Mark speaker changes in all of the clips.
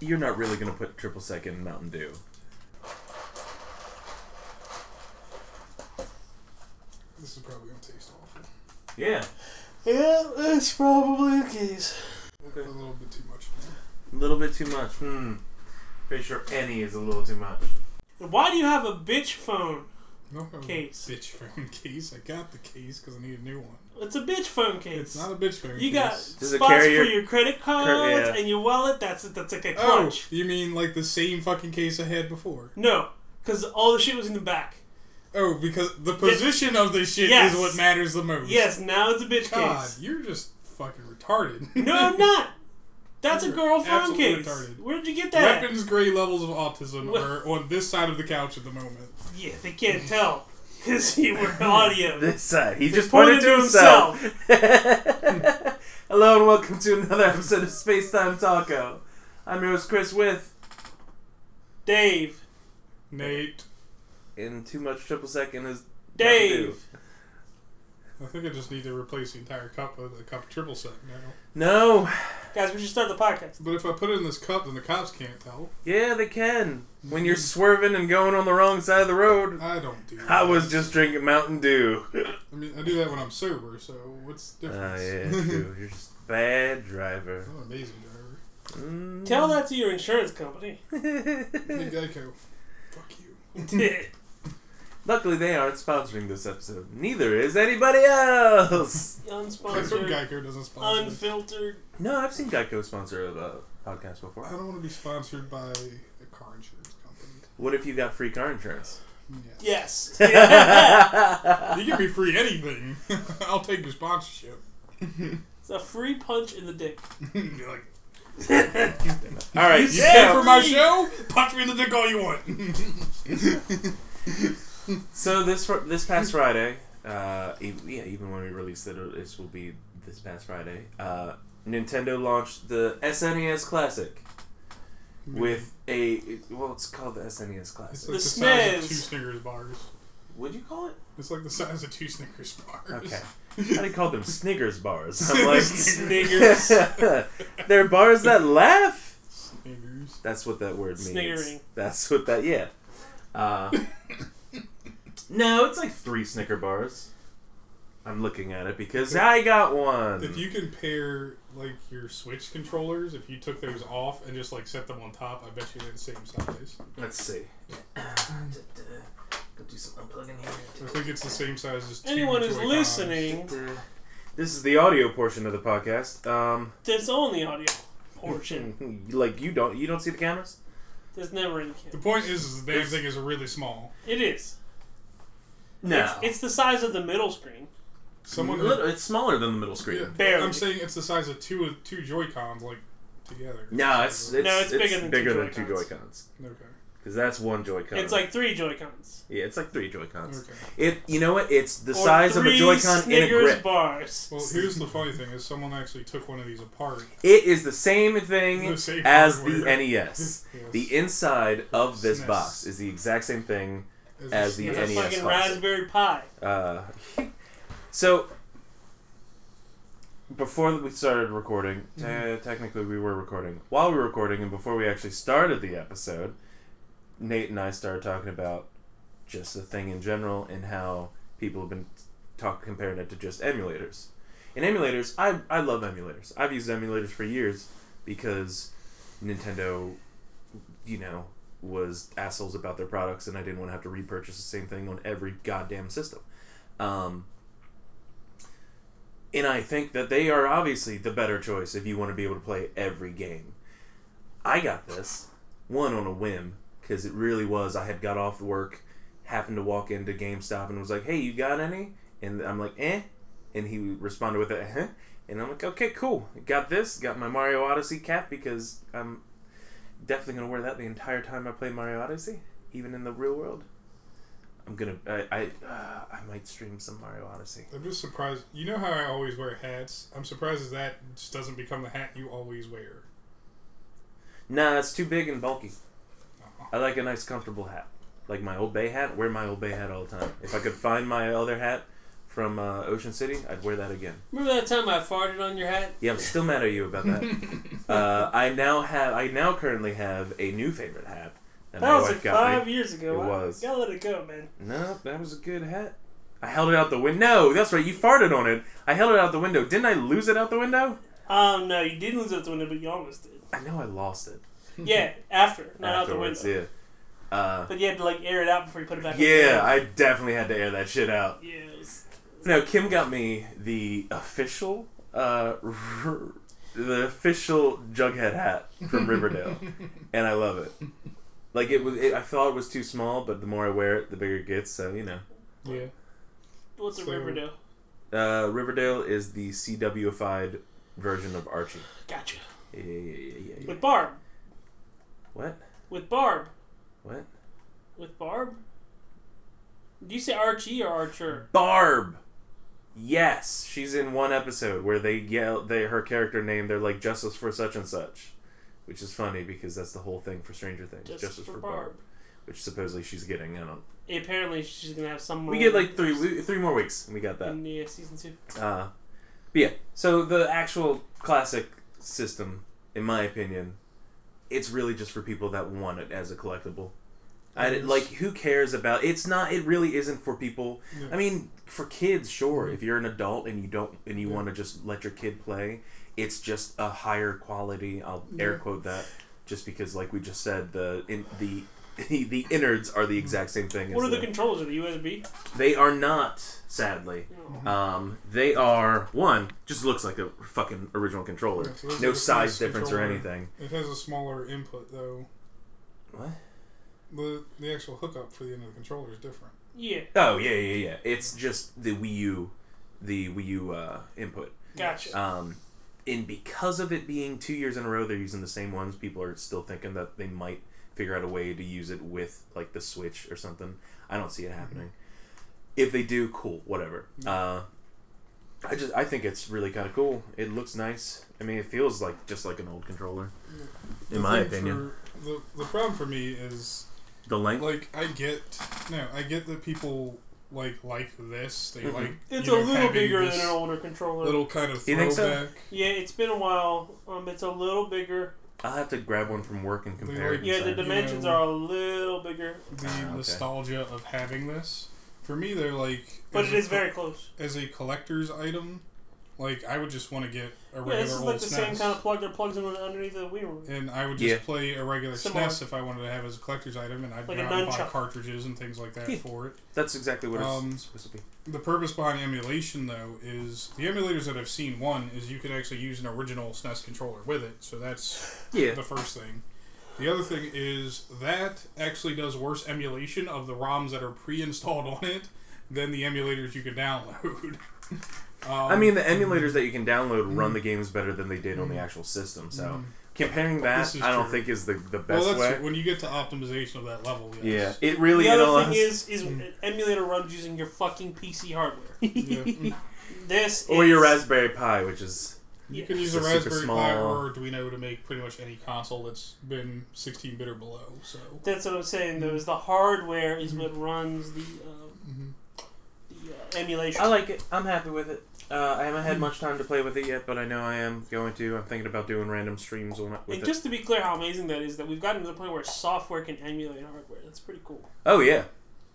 Speaker 1: You're not really gonna put triple sec in Mountain Dew.
Speaker 2: This is probably gonna taste awful.
Speaker 1: Yeah.
Speaker 3: Yeah, that's probably the case.
Speaker 1: Okay.
Speaker 2: A little bit too much.
Speaker 1: A little bit too much. Hmm. Pretty sure any is a little too much.
Speaker 3: Why do you have a bitch phone
Speaker 2: No, no,
Speaker 3: case?
Speaker 2: bitch phone case. I got the case because I need a new one.
Speaker 3: It's a bitch phone case.
Speaker 2: It's not a bitch phone.
Speaker 3: you
Speaker 2: case.
Speaker 3: got
Speaker 1: Does
Speaker 3: spots
Speaker 1: it
Speaker 3: for
Speaker 1: carry your-
Speaker 3: your credit cards
Speaker 1: yeah.
Speaker 3: and your wallet. That's that's like a
Speaker 2: Oh,
Speaker 3: clutch.
Speaker 2: you mean like the same fucking case I had before?
Speaker 3: No, because all the shit was in the back.
Speaker 2: Oh, because the position of the shit
Speaker 3: Yes.
Speaker 2: is what matters the most.
Speaker 3: Yes, now it's a bitch
Speaker 2: God,
Speaker 3: case.
Speaker 2: you're just fucking retarded.
Speaker 3: No, I'm not. That's a
Speaker 2: You're
Speaker 3: girl phone
Speaker 2: absolutely
Speaker 3: case.
Speaker 2: retarded.
Speaker 3: Where'd you get that?
Speaker 2: Weapons grade levels of autism
Speaker 3: What?
Speaker 2: are on this side of the couch at the moment.
Speaker 3: Yeah, they can't tell because you were audio.
Speaker 1: This side. He just
Speaker 3: pointed
Speaker 1: pointed,
Speaker 3: to
Speaker 1: to himself. Hello and welcome to another episode of Space Time Taco. I'm your host Chris with
Speaker 3: Dave.
Speaker 2: Nate,
Speaker 1: and too much triple sec in his Mountain Dew.
Speaker 3: Dave.
Speaker 2: I think I just need to replace the entire cup with a cup of triple sec now.
Speaker 1: No.
Speaker 3: Guys, we should start the podcast.
Speaker 2: But if I put it in this cup, then the cops can't tell.
Speaker 1: Yeah, they can. When you're swerving and going on the wrong side of the road.
Speaker 2: I don't do that.
Speaker 1: I was just drinking Mountain Dew.
Speaker 2: I mean, I do that when I'm sober, so what's the
Speaker 1: Oh
Speaker 2: difference?
Speaker 1: yeah, true. You're just a bad driver.
Speaker 2: I'm an amazing driver.
Speaker 1: Mm.
Speaker 3: Tell that to your insurance company.
Speaker 2: Hey, Geico. Fuck you.
Speaker 1: Luckily, they aren't sponsoring this episode. Neither is anybody else.
Speaker 2: I hope
Speaker 3: Unsponsored,
Speaker 2: Geico doesn't sponsor. me.
Speaker 3: unfiltered.
Speaker 1: No, I've seen Geico sponsor a podcast
Speaker 2: I
Speaker 1: before.
Speaker 2: don't want to be sponsored by a car insurance company.
Speaker 1: What if you got free car insurance?
Speaker 2: Yeah.
Speaker 3: Yes. it's
Speaker 1: it's
Speaker 2: You can be free anything. I'll take your sponsorship.
Speaker 3: a free punch in the dick.
Speaker 2: You're like,
Speaker 1: All right,
Speaker 2: you
Speaker 1: you
Speaker 2: said
Speaker 1: know-
Speaker 2: for my
Speaker 3: free.
Speaker 2: show? Punch me in the dick all you want.
Speaker 1: So this fr- this past Friday, uh, e- yeah, even when we release it, it- this will be this past Friday. Uh, Nintendo launched the SNES Classic with a well, it's called the SNES
Speaker 2: It's
Speaker 1: Classic.
Speaker 2: like the,
Speaker 3: The
Speaker 2: size of
Speaker 3: Sniz.
Speaker 2: two Snickers bars.
Speaker 1: Would you call it?
Speaker 2: It's like the size of two Snickers bars.
Speaker 1: Okay. I didn't call them Snickers bars. I'm like
Speaker 3: Snickers.
Speaker 1: They're bars that laugh.
Speaker 2: Snickers.
Speaker 1: That's what that word means.
Speaker 3: Sniggering.
Speaker 1: That's what that yeah. Uh, no, it's like three Snicker bars. I'm looking at it because I got one.
Speaker 2: If you compare like your Switch controllers, if you took those off and just like set them on top, I bet you they're the same size.
Speaker 1: Let's see. Go do some unplugging
Speaker 2: I think it's the same size as two
Speaker 3: Anyone who's
Speaker 2: Joy-Cons.
Speaker 3: listening,
Speaker 1: here. This is the audio portion of the podcast. Um,
Speaker 3: there's only audio portion.
Speaker 1: like you don't you don't see the cameras.
Speaker 3: There's never any
Speaker 2: The
Speaker 3: camera.
Speaker 2: point is, is the damn thing is really small.
Speaker 3: It is.
Speaker 1: No,
Speaker 3: It's the size of the middle screen.
Speaker 2: Someone
Speaker 1: Little- it's smaller than the middle screen.
Speaker 2: Yeah,
Speaker 3: Barely.
Speaker 2: I'm saying it's the size of two of two Joy Cons like together.
Speaker 1: No, it's, it's,
Speaker 3: No, it's bigger than two
Speaker 1: bigger than two
Speaker 3: Joy-Cons.
Speaker 1: Joy-Cons.
Speaker 2: okay.
Speaker 1: Because that's one Joy-Con.
Speaker 3: It's like three Joy-Cons.
Speaker 1: yeah, it's like three Joy-Cons.
Speaker 2: Okay.
Speaker 1: It you know what? It's the
Speaker 3: Or
Speaker 1: size of a
Speaker 3: three
Speaker 1: Joy-Con in a
Speaker 3: Snickers
Speaker 1: grip.
Speaker 3: bars.
Speaker 2: Well, here's the funny thing: is someone actually took one of these apart.
Speaker 1: It is the same thing
Speaker 2: The same
Speaker 1: as the
Speaker 2: hardware.
Speaker 1: NES.
Speaker 2: Yes.
Speaker 1: The inside of this
Speaker 2: SNES.
Speaker 1: box is the exact same thing as the E
Speaker 2: a
Speaker 3: It's
Speaker 2: Snickers.
Speaker 3: a
Speaker 1: NES
Speaker 3: fucking
Speaker 1: classic.
Speaker 3: raspberry pie.
Speaker 1: Uh, so before we started recording, te- technically we were recording while we were recording, and before we actually started the episode, Nate and I started talking about just the thing in general and how people have been talk comparing it to just emulators. And emulators, I I love emulators. I've used emulators for years because Nintendo, you know, was assholes about their products, and I didn't want to have to repurchase the same thing on every goddamn system. Um, and I think that they are obviously the better choice if you want to be able to play every game. I got this one on a whim because it really was. I had got off work, happened to walk into GameStop, and was like, "Hey, you got any?" And I'm like, "Eh," and he responded with a "Huh," and I'm like, "Okay, cool. Got this. Got my Mario Odyssey cap because I'm definitely gonna wear that the entire time I play Mario Odyssey, even in the real world. I'm gonna I I, uh, I might stream some Mario Odyssey.
Speaker 2: I'm just surprised. You know how I always wear hats. I'm surprised that that just doesn't become the hat you always wear.
Speaker 1: Nah, it's too big and bulky. I like a nice comfortable hat, like my Old Bay hat. Wear my Old Bay hat all the time. If I could find my other hat, from uh, Ocean City, I'd wear that again.
Speaker 3: Remember that time I farted on your hat?
Speaker 1: Yeah, I'm still mad at you about that. uh, I now have, I now currently have a new favorite hat.
Speaker 3: That
Speaker 1: my
Speaker 3: was
Speaker 1: wife
Speaker 3: like
Speaker 1: got me.
Speaker 3: five years ago.
Speaker 1: It
Speaker 3: Wow.
Speaker 1: was.
Speaker 3: Gotta let it go, man.
Speaker 1: No, that was a good hat. I held it out the window. No, that's right. You farted on it. I held it out the window. Didn't I lose it out the window?
Speaker 3: Um, no, you did lose out the window, but you almost did.
Speaker 1: I know I lost it
Speaker 3: Yeah, after, not out the
Speaker 1: afterwards.
Speaker 3: window.
Speaker 1: Yeah. Uh,
Speaker 3: But you had to like air it out before you put it back.
Speaker 1: yeah, I definitely had to air that shit out.
Speaker 3: I... Yes.
Speaker 1: No, Kim got me the official, uh, the official Jughead hat from Riverdale, and I love it. Like it was, it, I thought it was too small, but the more I wear it, the bigger it gets. So you know,
Speaker 2: Yeah.
Speaker 3: What's a
Speaker 2: So-
Speaker 3: Riverdale?
Speaker 1: uh, Riverdale is the CW-fied version of Archie.
Speaker 3: Gotcha.
Speaker 1: Yeah, yeah, yeah, yeah, yeah.
Speaker 3: With Barb.
Speaker 1: What?
Speaker 3: With Barb.
Speaker 1: What?
Speaker 3: With Barb. Do you say Archie or Archer?
Speaker 1: Barb. Yes, she's in one episode where they yell they her character name. They're like justice for such and such, which is funny because that's the whole thing for Stranger Things. Justice, for, Barb. which supposedly she's getting. I don't.
Speaker 3: Apparently, she's gonna have some.
Speaker 1: We get like three we- three more weeks, and we got that.
Speaker 3: in the uh, season two. Uh-huh.
Speaker 1: Uh, but yeah, so the actual classic system, in my opinion, it's really just for people that want it as a collectible. I
Speaker 2: Yes.
Speaker 1: like who cares about it's not it really isn't for people.
Speaker 2: No.
Speaker 1: I mean, for kids,
Speaker 3: Mm-hmm.
Speaker 1: sure. If you're an adult and you don't and you want to just let your kid play, it's just a higher quality. I'll air
Speaker 2: Yeah.
Speaker 1: quote that just because, like we just said, the in, the the innards are the exact same thing.
Speaker 3: Mm-hmm. What
Speaker 1: as
Speaker 3: are the
Speaker 1: the-
Speaker 3: controls? Are the USB?
Speaker 1: they are not, sadly.
Speaker 3: No.
Speaker 1: Um, they are one just looks like a fucking original controller.
Speaker 2: Yeah, so those are
Speaker 1: no
Speaker 2: the
Speaker 1: size
Speaker 2: first
Speaker 1: difference or
Speaker 2: controller.
Speaker 1: anything.
Speaker 2: It has a smaller input though.
Speaker 1: What?
Speaker 2: The the actual hookup for the end of the controller is different.
Speaker 3: Yeah.
Speaker 1: Oh yeah, yeah, yeah. It's just the Wii U, the Wii U uh, input.
Speaker 3: Gotcha.
Speaker 1: Um, and because of it being two years in a row, they're using the same ones. People are still thinking that they might figure out a way to use it with like the Switch or something. I don't see it
Speaker 2: Mm-hmm.
Speaker 1: happening. If they do, cool, whatever. Uh, I just I think it's really kind of cool. It looks nice. I mean, it feels like just like an old controller,
Speaker 2: The
Speaker 1: in my
Speaker 2: thing
Speaker 1: opinion.
Speaker 2: Mm-hmm. for- the the problem for me is
Speaker 1: the length.
Speaker 2: like I get no, I get that people like like this. They
Speaker 1: Mhm.
Speaker 2: like
Speaker 3: Mm-hmm. it's
Speaker 2: you
Speaker 3: a
Speaker 2: know,
Speaker 3: little
Speaker 2: having
Speaker 3: bigger
Speaker 2: this
Speaker 3: than an older controller.
Speaker 2: little kind of
Speaker 1: You think
Speaker 2: throwback.
Speaker 1: so?
Speaker 3: Yeah, it's been a while. Um, it's a little bigger.
Speaker 1: I'll have to grab one from work and compare. it
Speaker 2: like-
Speaker 1: and
Speaker 3: Yeah, the
Speaker 1: say-
Speaker 2: d-
Speaker 3: dimensions
Speaker 2: Yeah.
Speaker 3: are a little bigger,
Speaker 2: The
Speaker 1: Ah, okay.
Speaker 2: nostalgia of having this. For me, they're like.
Speaker 3: but
Speaker 2: as
Speaker 3: it
Speaker 2: a
Speaker 3: is
Speaker 2: co-
Speaker 3: very close.
Speaker 2: as a collector's item. Like I would just want to get a
Speaker 3: Yeah,
Speaker 2: regular
Speaker 3: this is
Speaker 2: old
Speaker 3: like the
Speaker 2: SNES,
Speaker 3: same kind of plug that plugs in underneath the Wii remote.
Speaker 2: and I would just
Speaker 1: Yeah.
Speaker 2: play a regular
Speaker 3: Similar.
Speaker 2: SNES if I wanted to have it as a collector's item, and I'd
Speaker 3: Like
Speaker 2: go
Speaker 3: a
Speaker 2: out and buy
Speaker 3: nunchuck.
Speaker 2: cartridges and things like that
Speaker 1: Yeah.
Speaker 2: for it.
Speaker 1: That's exactly what
Speaker 2: Um,
Speaker 1: it's supposed to be.
Speaker 2: The purpose behind emulation, though, is the emulators that I've seen. One is you could actually use an original SNES controller with it, so that's
Speaker 1: Yeah,
Speaker 2: the first thing. The other thing is that actually does worse emulation of the ROMs that are pre-installed on it than the emulators you can download. um,
Speaker 1: I mean the emulators that you can download run the games better than they did on the actual system. So comparing that,
Speaker 2: This is
Speaker 1: I don't
Speaker 2: true.
Speaker 1: think Mm-hmm. is the the best
Speaker 2: well, that's
Speaker 1: way.
Speaker 2: when you get to optimization of that level.
Speaker 1: Yeah,
Speaker 2: Yes.
Speaker 1: it really.
Speaker 3: the
Speaker 1: in
Speaker 3: other
Speaker 1: all Mm.
Speaker 3: thing
Speaker 1: honesty-
Speaker 3: is, is an emulator runs using your fucking PC hardware.
Speaker 2: Yeah. yeah.
Speaker 3: This
Speaker 1: or
Speaker 3: is,
Speaker 1: your Raspberry Pi, which is
Speaker 2: You
Speaker 3: Yeah.
Speaker 2: can use
Speaker 1: It's
Speaker 2: a
Speaker 1: a super
Speaker 2: Raspberry Pi
Speaker 1: small-
Speaker 2: or Arduino to make pretty much any console that's been 16 bit or below. So
Speaker 3: That's what I'm saying. Though is the hardware is what runs the um, the uh, emulation.
Speaker 1: like it. I'm happy with it. Uh, I haven't had much time to play with it yet, but I know I am going to. I'm thinking about doing random streams on it.
Speaker 3: and just to be clear, how amazing that is that we've gotten to the point where software can emulate hardware. That's pretty cool.
Speaker 1: Oh yeah,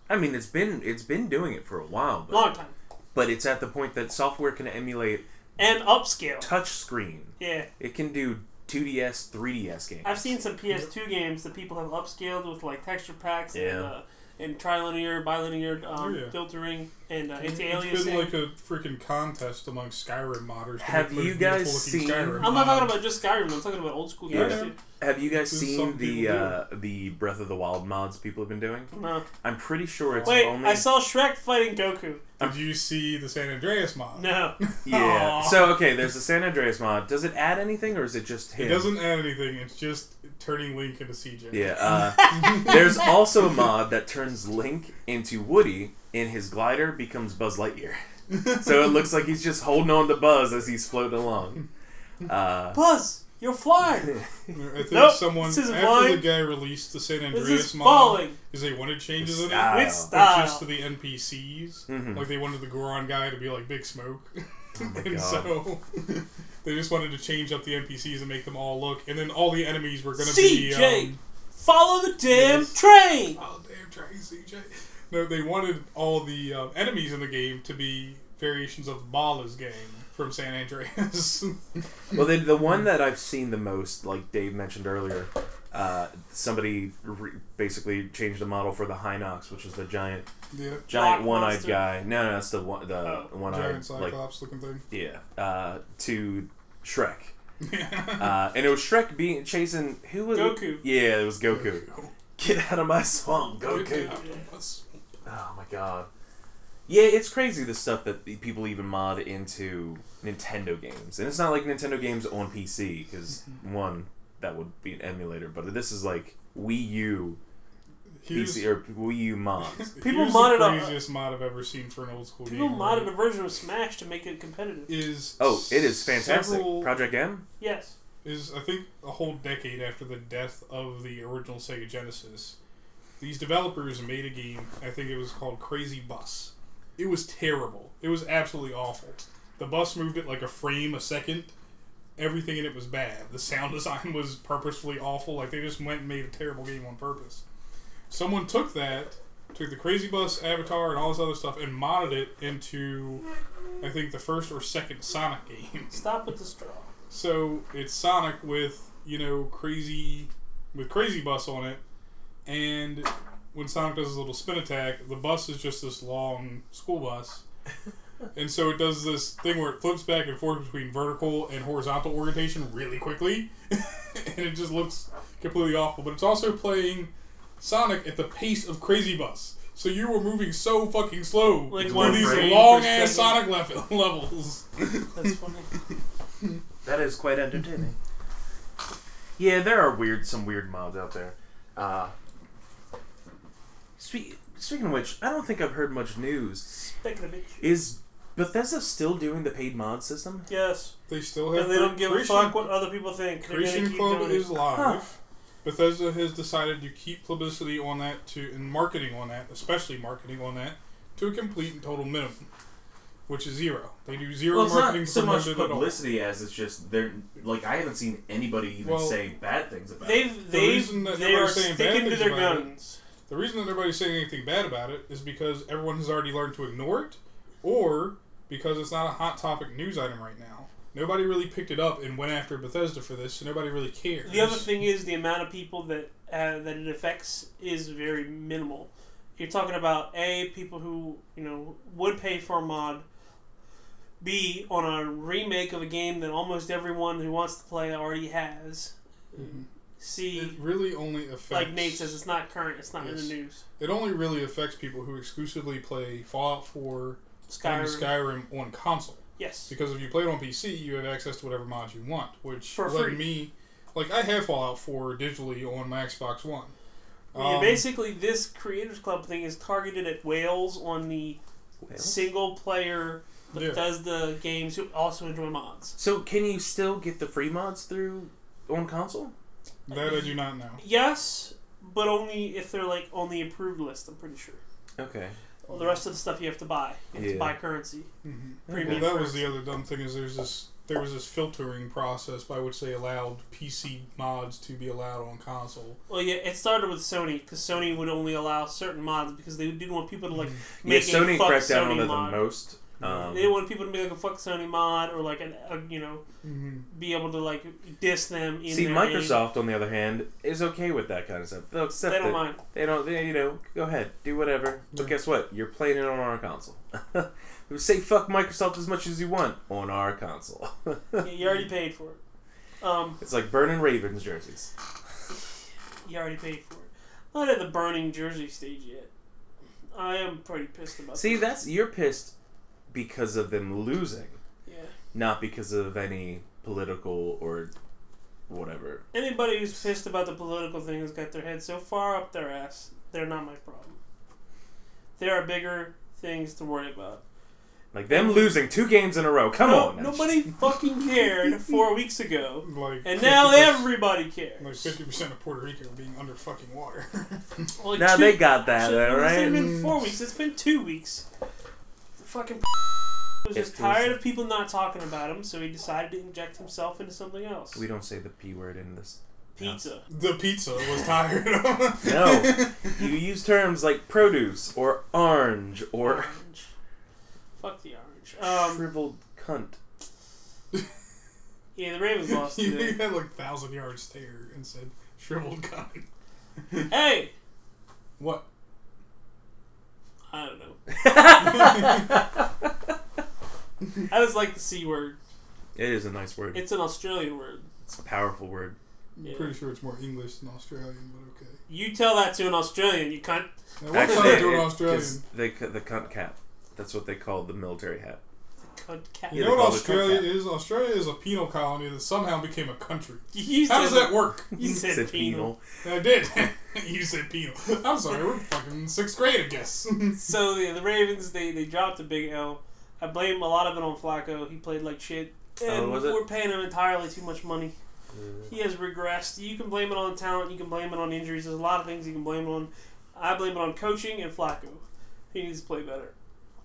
Speaker 1: I mean it's been it's been doing it for a while, but,
Speaker 3: Long time
Speaker 1: but it's at the point that software can emulate
Speaker 3: and upscale.
Speaker 1: touch screen.
Speaker 3: Yeah,
Speaker 1: It can do 2DS, 3DS games.
Speaker 3: I've seen some PS2 games that people have upscaled with like texture packs and
Speaker 1: Yeah.
Speaker 3: uh, and trilinear, bilinear um,
Speaker 2: Oh, yeah.
Speaker 3: filtering and uh,
Speaker 2: it's been
Speaker 3: anti-aliasing.
Speaker 2: like a freaking contest amongst Skyrim modders. to
Speaker 1: Have
Speaker 2: make the
Speaker 1: you
Speaker 2: most
Speaker 1: guys
Speaker 2: beautiful-looking
Speaker 1: seen-
Speaker 2: Skyrim
Speaker 3: I'm not talking
Speaker 2: mod.
Speaker 3: about just Skyrim. I'm talking about old school games.
Speaker 1: Yeah.
Speaker 3: too.
Speaker 1: Have you guys
Speaker 2: This is something
Speaker 1: seen the
Speaker 2: people do.
Speaker 1: uh, the Breath of the Wild mods people have been doing?
Speaker 3: No.
Speaker 1: I'm pretty sure it's
Speaker 3: Uh, Wait,
Speaker 1: only
Speaker 3: I saw Shrek fighting Goku.
Speaker 2: Did you see the San Andreas mod?
Speaker 3: No.
Speaker 1: yeah.
Speaker 2: Aw.
Speaker 1: So okay, there's the San Andreas mod. Does it add anything or is it just him?
Speaker 2: It doesn't add anything. It's just turning Link into CJ.
Speaker 1: Yeah. Uh, there's also a mod that turns Link into Woody, and his glider becomes Buzz Lightyear. So it looks like he's just holding on to Buzz as he's floating along. Uh,
Speaker 3: Buzz, You're flying.
Speaker 2: I think
Speaker 3: Nope,
Speaker 2: someone
Speaker 3: this isn't
Speaker 2: after
Speaker 3: fine.
Speaker 2: the guy released the San
Speaker 3: this
Speaker 2: Andreas
Speaker 3: is
Speaker 2: mod
Speaker 3: falling.
Speaker 2: because they wanted changes in it,
Speaker 1: Style.
Speaker 2: but
Speaker 3: With
Speaker 1: Style.
Speaker 3: style.
Speaker 2: just to the NPCs.
Speaker 1: Mhm.
Speaker 2: Like they wanted the Goron guy to be like Big Smoke, and
Speaker 1: Oh God.
Speaker 2: so they just wanted to change up the NPCs and make them all look. And then all the enemies were going to be.
Speaker 3: CJ.
Speaker 2: Um,
Speaker 3: Follow the damn
Speaker 2: Yes.
Speaker 3: train.
Speaker 2: oh damn, Dragon CJ! No, they wanted all the um, enemies in the game to be variations of Bala's gang from San Andreas.
Speaker 1: Well, the, the one that I've seen the most, like Dave mentioned earlier, uh, somebody re- basically changed the model for the Hinox, which is the giant,
Speaker 2: yeah,
Speaker 1: giant
Speaker 3: Rock
Speaker 1: one-eyed
Speaker 3: monster.
Speaker 1: guy. No, no, it's the one, the
Speaker 3: Oh.
Speaker 1: one-eyed,
Speaker 2: giant
Speaker 1: like
Speaker 2: Cyclops looking thing.
Speaker 1: yeah, uh, to Shrek.
Speaker 2: Yeah.
Speaker 1: Uh, and it was Shrek being chasing who was it?
Speaker 3: Goku.
Speaker 1: Yeah, it was Goku. Get out of my swamp, Goku. Oh my god. Yeah, it's crazy the stuff that the people even mod into Nintendo games, and it's not like Nintendo games on PC because one that would be an emulator, but this is like Wii U
Speaker 2: Here's-
Speaker 1: PC or Wii U mods.
Speaker 3: People
Speaker 2: Here's
Speaker 3: modded
Speaker 2: the
Speaker 3: a-
Speaker 2: craziest mod I've ever seen for an old school
Speaker 3: People
Speaker 2: game.
Speaker 3: modded a version of Smash to make it competitive.
Speaker 2: is
Speaker 1: Oh, it is fantastic.
Speaker 2: several-
Speaker 1: Project M.
Speaker 3: Yes.
Speaker 2: is I think a whole decade after the death of the original Sega Genesis. These developers made a game. I think it was called Crazy Bus. It was terrible. It was absolutely awful. The bus moved at like a frame a second. Everything in it was bad. The sound design was purposefully awful. Like they just went and made a terrible game on purpose. Someone took that, took the Crazy Bus avatar and all this other stuff, and modded it into, I think, the first or second Sonic game.
Speaker 3: Stop with the straw.
Speaker 2: So it's Sonic with you know crazy with crazy bus on it, and when Sonic does his little spin attack, the bus is just this long school bus, and so it does this thing where it flips back and forth between vertical and horizontal orientation really quickly, and it just looks completely awful. But it's also playing Sonic at the pace of Crazy Bus. So you were moving so fucking slow
Speaker 3: Like
Speaker 2: through
Speaker 3: one
Speaker 2: these
Speaker 3: frame per
Speaker 2: long ass Sonic
Speaker 3: second.
Speaker 2: lef- levels.
Speaker 3: That's funny.
Speaker 1: That is quite entertaining. Yeah, there are weird some weird mods out there. Uh, spe- speaking of which, I don't think I've heard much news.
Speaker 3: Speaking of bitch.
Speaker 1: Is Bethesda still doing the paid mod system?
Speaker 3: Yes.
Speaker 2: They still have
Speaker 3: And they don't give a
Speaker 2: Creation-
Speaker 3: fuck what other people think. They're gonna
Speaker 2: Creation
Speaker 3: keep
Speaker 2: Club
Speaker 3: doing it.
Speaker 2: is live.
Speaker 1: Huh.
Speaker 2: Bethesda has decided to keep publicity on that to and marketing on that, especially marketing on that, to a complete and total minimum, which is zero. They do zero
Speaker 1: Well, it's
Speaker 2: marketing
Speaker 1: not so
Speaker 2: for
Speaker 1: much
Speaker 2: Limited at all.
Speaker 1: publicity as it's just they're like I haven't seen anybody even
Speaker 2: Well,
Speaker 1: say bad things about it.
Speaker 3: They've,
Speaker 2: The
Speaker 3: they've,
Speaker 2: reason that
Speaker 3: they are
Speaker 2: everybody's saying bad
Speaker 3: sticking to
Speaker 2: things
Speaker 3: their
Speaker 2: about it-
Speaker 3: guns.
Speaker 2: The reason that nobody's saying anything bad about it is because everyone has already learned to ignore it, or because it's not a hot topic news item right now. Nobody really picked it up and went after Bethesda for this, so nobody really cares.
Speaker 3: The other thing is the amount of people that uh, that it affects is very minimal. You're talking about a people who you know would pay for a mod. B on a remake of a game that almost everyone who wants to play already has.
Speaker 2: Mhm. it
Speaker 3: C
Speaker 2: really only affects
Speaker 3: like Nate says, it's not current. It's not in
Speaker 2: Yes.
Speaker 3: the news.
Speaker 2: It only really affects people who exclusively play Fallout 4
Speaker 3: Skyrim.
Speaker 2: and Skyrim on console.
Speaker 3: Yes.
Speaker 2: Because if you play it on PC, you have access to whatever mods you want, which
Speaker 3: For
Speaker 2: let
Speaker 3: free.
Speaker 2: me. Like, I have Fallout 4 digitally on my Xbox One.
Speaker 3: yeah,
Speaker 2: Um,
Speaker 3: basically, this Creators Club thing is targeted at whales on the single player
Speaker 2: Yeah.
Speaker 3: Bethesda games who also enjoy mods.
Speaker 1: So can you still get the free mods through on console?
Speaker 2: that I do not know.
Speaker 3: Yes, but only if they're like on the approved list. I'm pretty sure.
Speaker 1: Okay.
Speaker 3: Well, the rest of the stuff you have to buy. You have
Speaker 1: Yeah.
Speaker 3: to buy currency.
Speaker 2: Mhm.
Speaker 3: Premium
Speaker 2: Well, that was
Speaker 3: currency.
Speaker 2: the other dumb thing is there's this there was this filtering process by which they allowed PC mods to be allowed on console.
Speaker 3: Well, yeah, it started with Sony because Sony would only allow certain mods because they didn't want people to like
Speaker 1: Yeah,
Speaker 3: make a
Speaker 1: Sony
Speaker 3: fuck
Speaker 1: cracked down
Speaker 3: Sony
Speaker 1: on it the
Speaker 3: mod.
Speaker 1: most. Um,
Speaker 3: they didn't want people to make like a fuck Sony mod or like an, a, you know
Speaker 2: Mm-hmm.
Speaker 3: be able to like diss them. In
Speaker 1: see,
Speaker 3: their
Speaker 1: Microsoft on the other hand is okay with that kind of stuff. They'll
Speaker 3: game.
Speaker 1: accept
Speaker 3: They don't
Speaker 1: it.
Speaker 3: mind. Mm-hmm.
Speaker 1: They don't. They, you know, go ahead, do whatever. But
Speaker 2: Yeah.
Speaker 1: guess what? You're playing it on our console. Say fuck Microsoft as much as you want on our console.
Speaker 3: Yeah, you already paid for it. Um,
Speaker 1: it's like burning Ravens jerseys.
Speaker 3: you already paid for it. Not at the burning jersey stage yet. I am pretty pissed about.
Speaker 1: See,
Speaker 3: that.
Speaker 1: that's you're pissed because of them losing,
Speaker 3: Yeah.
Speaker 1: not because of any political or whatever.
Speaker 3: Anybody who's pissed about the political thing has got their head so far up their ass. They're not my problem. There are bigger things to worry about.
Speaker 1: Like them losing two games in a row. Come
Speaker 3: No-
Speaker 1: on. now.
Speaker 3: nobody fucking cared four weeks ago,
Speaker 2: Mm-hmm. Like
Speaker 3: and now
Speaker 2: 50%
Speaker 3: everybody cares.
Speaker 2: like fifty percent of Puerto Rico being under fucking water.
Speaker 3: Like
Speaker 1: Now
Speaker 3: two-
Speaker 1: they got that,
Speaker 3: shouldn't-
Speaker 1: though,
Speaker 3: it
Speaker 1: right?
Speaker 3: shouldn't
Speaker 1: Mm.
Speaker 3: have been four weeks. It's been two weeks. The fucking was
Speaker 1: Yes,
Speaker 3: just
Speaker 1: please.
Speaker 3: tired of people not talking about him, so he decided to inject himself into something else.
Speaker 1: We don't say the p word in this.
Speaker 3: Pizza.
Speaker 2: the pizza was tired.
Speaker 1: No, you use terms like produce or orange or
Speaker 3: Orange. Fuck the orange. Um,
Speaker 1: shriveled cunt.
Speaker 3: yeah, the Ravens lost
Speaker 2: you
Speaker 3: today.
Speaker 2: had like thousand yard stare and said shriveled gun.
Speaker 3: hey,
Speaker 2: What?
Speaker 3: I don't know. I just like the c word.
Speaker 1: It is a nice word.
Speaker 3: It's an Australian word.
Speaker 1: It's a powerful word.
Speaker 2: I'm
Speaker 3: Yeah.
Speaker 2: pretty sure it's more English than Australian, but okay.
Speaker 3: You tell that to an Australian, you can't.
Speaker 2: Now, what time
Speaker 1: it-
Speaker 2: do an
Speaker 1: it-
Speaker 2: Australian?
Speaker 1: 'cause They c- the cunt cap. That's what they called the military hat.
Speaker 3: Cunt cat.
Speaker 2: You
Speaker 1: Yeah,
Speaker 2: know
Speaker 1: they
Speaker 2: what
Speaker 1: call it a
Speaker 2: Australia
Speaker 1: cunt
Speaker 2: is? Australia is a penal colony that somehow became a country.
Speaker 3: You
Speaker 2: How
Speaker 3: said,
Speaker 2: does that work?
Speaker 3: You said,
Speaker 1: Said
Speaker 3: penal.
Speaker 1: penal.
Speaker 2: I did. you said penal. I'm sorry, we're fucking in sixth grade, I guess.
Speaker 3: So yeah, the Ravens they they dropped a big L. I blame a lot of it on Flacco. He played like shit, and
Speaker 1: Oh, was it?
Speaker 3: we're paying him entirely too much money. He has regressed. You can blame it on talent. You can blame it on injuries. There's a lot of things you can blame it on. I blame it on coaching and Flacco. He needs to play better.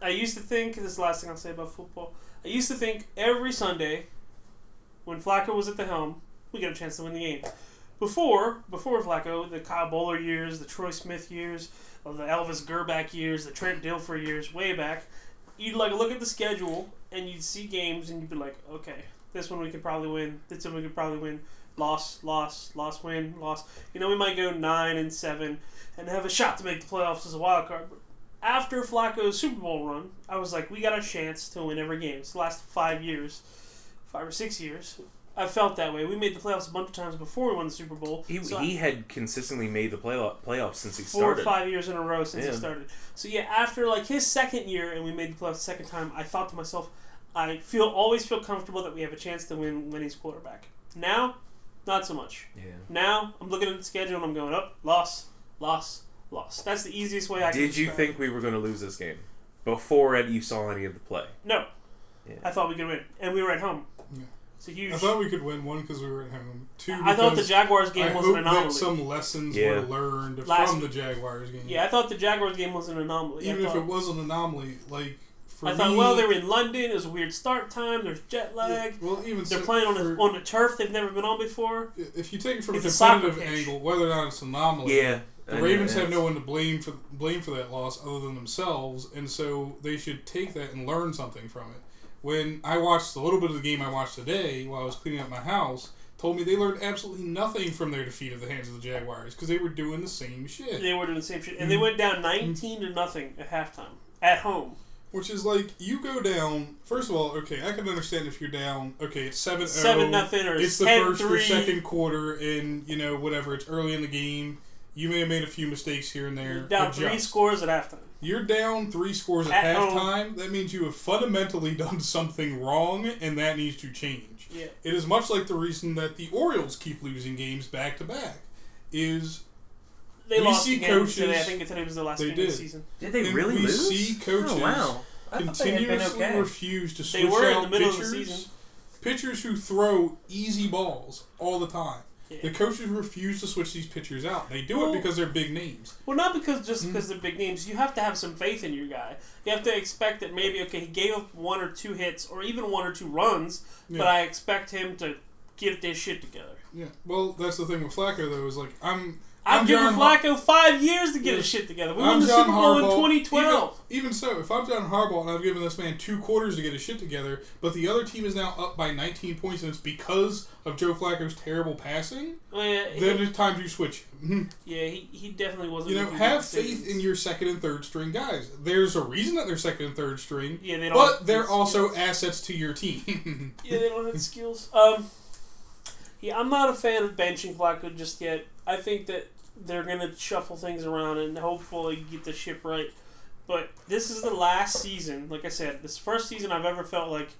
Speaker 3: I used to think this is the last thing I'll say about football. I used to think every Sunday, when Flacco was at the helm, we got a chance to win the game. Before, before Flacco, the Kyle Bowler years, the Troy Smith years, of the Elvis Gerback years, the Trent Dilfer years, way back, you'd like look at the schedule and you'd see games and you'd be like, okay, this one we could probably win. This one we could probably win. Loss, loss, loss, win, loss. You know, we might go nine and seven and have a shot to make the playoffs as a wild card. But after Flacco's Super Bowl run, I was like, we got a chance to win every game. It's the last five years, five or six years. I felt that way. We made the playoffs a bunch of times before we won the Super Bowl.
Speaker 1: He,
Speaker 3: so I-
Speaker 1: he had consistently made the playoff playoffs since he
Speaker 3: four
Speaker 1: started.
Speaker 3: or five years in a row since he
Speaker 1: Yeah.
Speaker 3: started. So yeah, after like his second year and we made the playoffs the second time, I thought to myself, I feel always feel comfortable that we have a chance to win when he's quarterback. Now, not so much.
Speaker 1: Yeah.
Speaker 3: Now I'm looking at the schedule and I'm going up, loss, loss, loss. That's the easiest way I can
Speaker 1: Did you
Speaker 3: describe it.
Speaker 1: think we were going to lose this game before Ed, you saw any of the play?
Speaker 3: No.
Speaker 1: Yeah.
Speaker 3: I thought we could win. And we were at home.
Speaker 2: Yeah.
Speaker 3: It's a huge
Speaker 2: I thought we could win one because we were at home. Two.
Speaker 3: I thought the
Speaker 2: because
Speaker 3: Jaguars game
Speaker 2: I
Speaker 3: was
Speaker 2: hope
Speaker 3: an anomaly.
Speaker 2: that some lessons
Speaker 1: Yeah.
Speaker 2: were learned
Speaker 3: Last-
Speaker 2: from the Jaguars game.
Speaker 3: yeah, I thought the Jaguars game was an anomaly. I
Speaker 2: Even if
Speaker 3: thought-
Speaker 2: it was an anomaly, like for
Speaker 3: I thought,
Speaker 2: me,
Speaker 3: well, they're in London. It was a weird start time. There's jet lag.
Speaker 2: well, even
Speaker 3: They're
Speaker 2: so-
Speaker 3: playing on
Speaker 2: for-
Speaker 3: a, on a turf they've never been on before.
Speaker 2: if you take it from
Speaker 3: It's
Speaker 2: a
Speaker 3: a soccer
Speaker 2: competitive
Speaker 3: pitch.
Speaker 2: angle, whether or not it's an anomaly,
Speaker 1: Yeah.
Speaker 2: Oh, the Ravens have no one to blame for blame for that loss other than themselves, and so they should take that and learn something from it. When I watched a little bit of the game I watched today while I was cleaning up my house, told me they learned absolutely nothing from their defeat of the hands of the Jaguars because they were doing the same shit.
Speaker 3: They were doing the same shit,
Speaker 2: Mm-hmm.
Speaker 3: and they went down nineteen to nothing at halftime at home.
Speaker 2: Which is like you go down. First of all, okay, I can understand if you're down. Okay, it's oh, 7
Speaker 3: Seven nothing or
Speaker 2: It's the
Speaker 3: 10-3.
Speaker 2: first or second quarter, and you know whatever. It's early in the game. You may have made a few mistakes here and there.
Speaker 3: Down three
Speaker 2: Adjust.
Speaker 3: scores at halftime.
Speaker 2: You're down three scores at,
Speaker 3: At home.
Speaker 2: halftime. That means you have fundamentally done something wrong, and that needs to change.
Speaker 3: Yeah.
Speaker 2: It is much like the reason that the Orioles keep losing games back to back. Is
Speaker 3: They
Speaker 2: We
Speaker 3: lost
Speaker 2: see
Speaker 3: again today. I
Speaker 2: coaches-
Speaker 3: think today was the last
Speaker 2: they
Speaker 3: game of the
Speaker 2: did.
Speaker 3: season.
Speaker 1: Did they
Speaker 2: and
Speaker 1: really
Speaker 2: we
Speaker 1: lose?
Speaker 2: see coaches
Speaker 1: oh, wow. I thought they had been
Speaker 2: continuously
Speaker 1: okay.
Speaker 2: refuse to
Speaker 3: They
Speaker 2: switch
Speaker 3: were in
Speaker 2: out
Speaker 3: the middle of the
Speaker 2: pitchers.
Speaker 3: season.
Speaker 2: Pitchers who throw easy balls all the time.
Speaker 3: Yeah.
Speaker 2: The coaches refuse to switch these pitchers out. They do
Speaker 3: Well-
Speaker 2: it because they're big names.
Speaker 3: Well, not because just
Speaker 2: Mm-hmm.
Speaker 3: because they're big names. You have to have some faith in your guy. You have to expect that maybe okay, he gave up one or two hits or even one or two runs,
Speaker 2: Yeah.
Speaker 3: but I expect him to get this shit together.
Speaker 2: Yeah. Well, that's the thing with Flacco though. Is like I'm.
Speaker 3: I'm,
Speaker 2: I'm
Speaker 3: giving
Speaker 2: John Har-
Speaker 3: Flacco five years to get
Speaker 2: Yeah.
Speaker 3: his shit together. We
Speaker 2: I'm
Speaker 3: won the
Speaker 2: John
Speaker 3: Super Bowl in
Speaker 2: Harbaugh.
Speaker 3: 2012.
Speaker 2: Even, even so, if I'm John Harbaugh and I've given this man two quarters to get his shit together, but the other team is now up by 19 points and it's because of Joe Flacco's terrible passing,
Speaker 3: Well, yeah, he-
Speaker 2: then it's time you switch. him.
Speaker 3: yeah, he, he definitely wasn't.
Speaker 2: you know,
Speaker 3: making
Speaker 2: have
Speaker 3: good decisions.
Speaker 2: faith in your second and third string guys. There's a reason that they're second and third string,
Speaker 3: Yeah, they don't.
Speaker 2: but
Speaker 3: have
Speaker 2: they're
Speaker 3: the
Speaker 2: also
Speaker 3: skills.
Speaker 2: assets to your team.
Speaker 3: Yeah, they don't have the skills. Um, yeah, I'm not a fan of benching Flacco just yet. I think that they're gonna shuffle things around and hopefully get the ship right. But this is the last season. Like I said, this first season I've ever felt like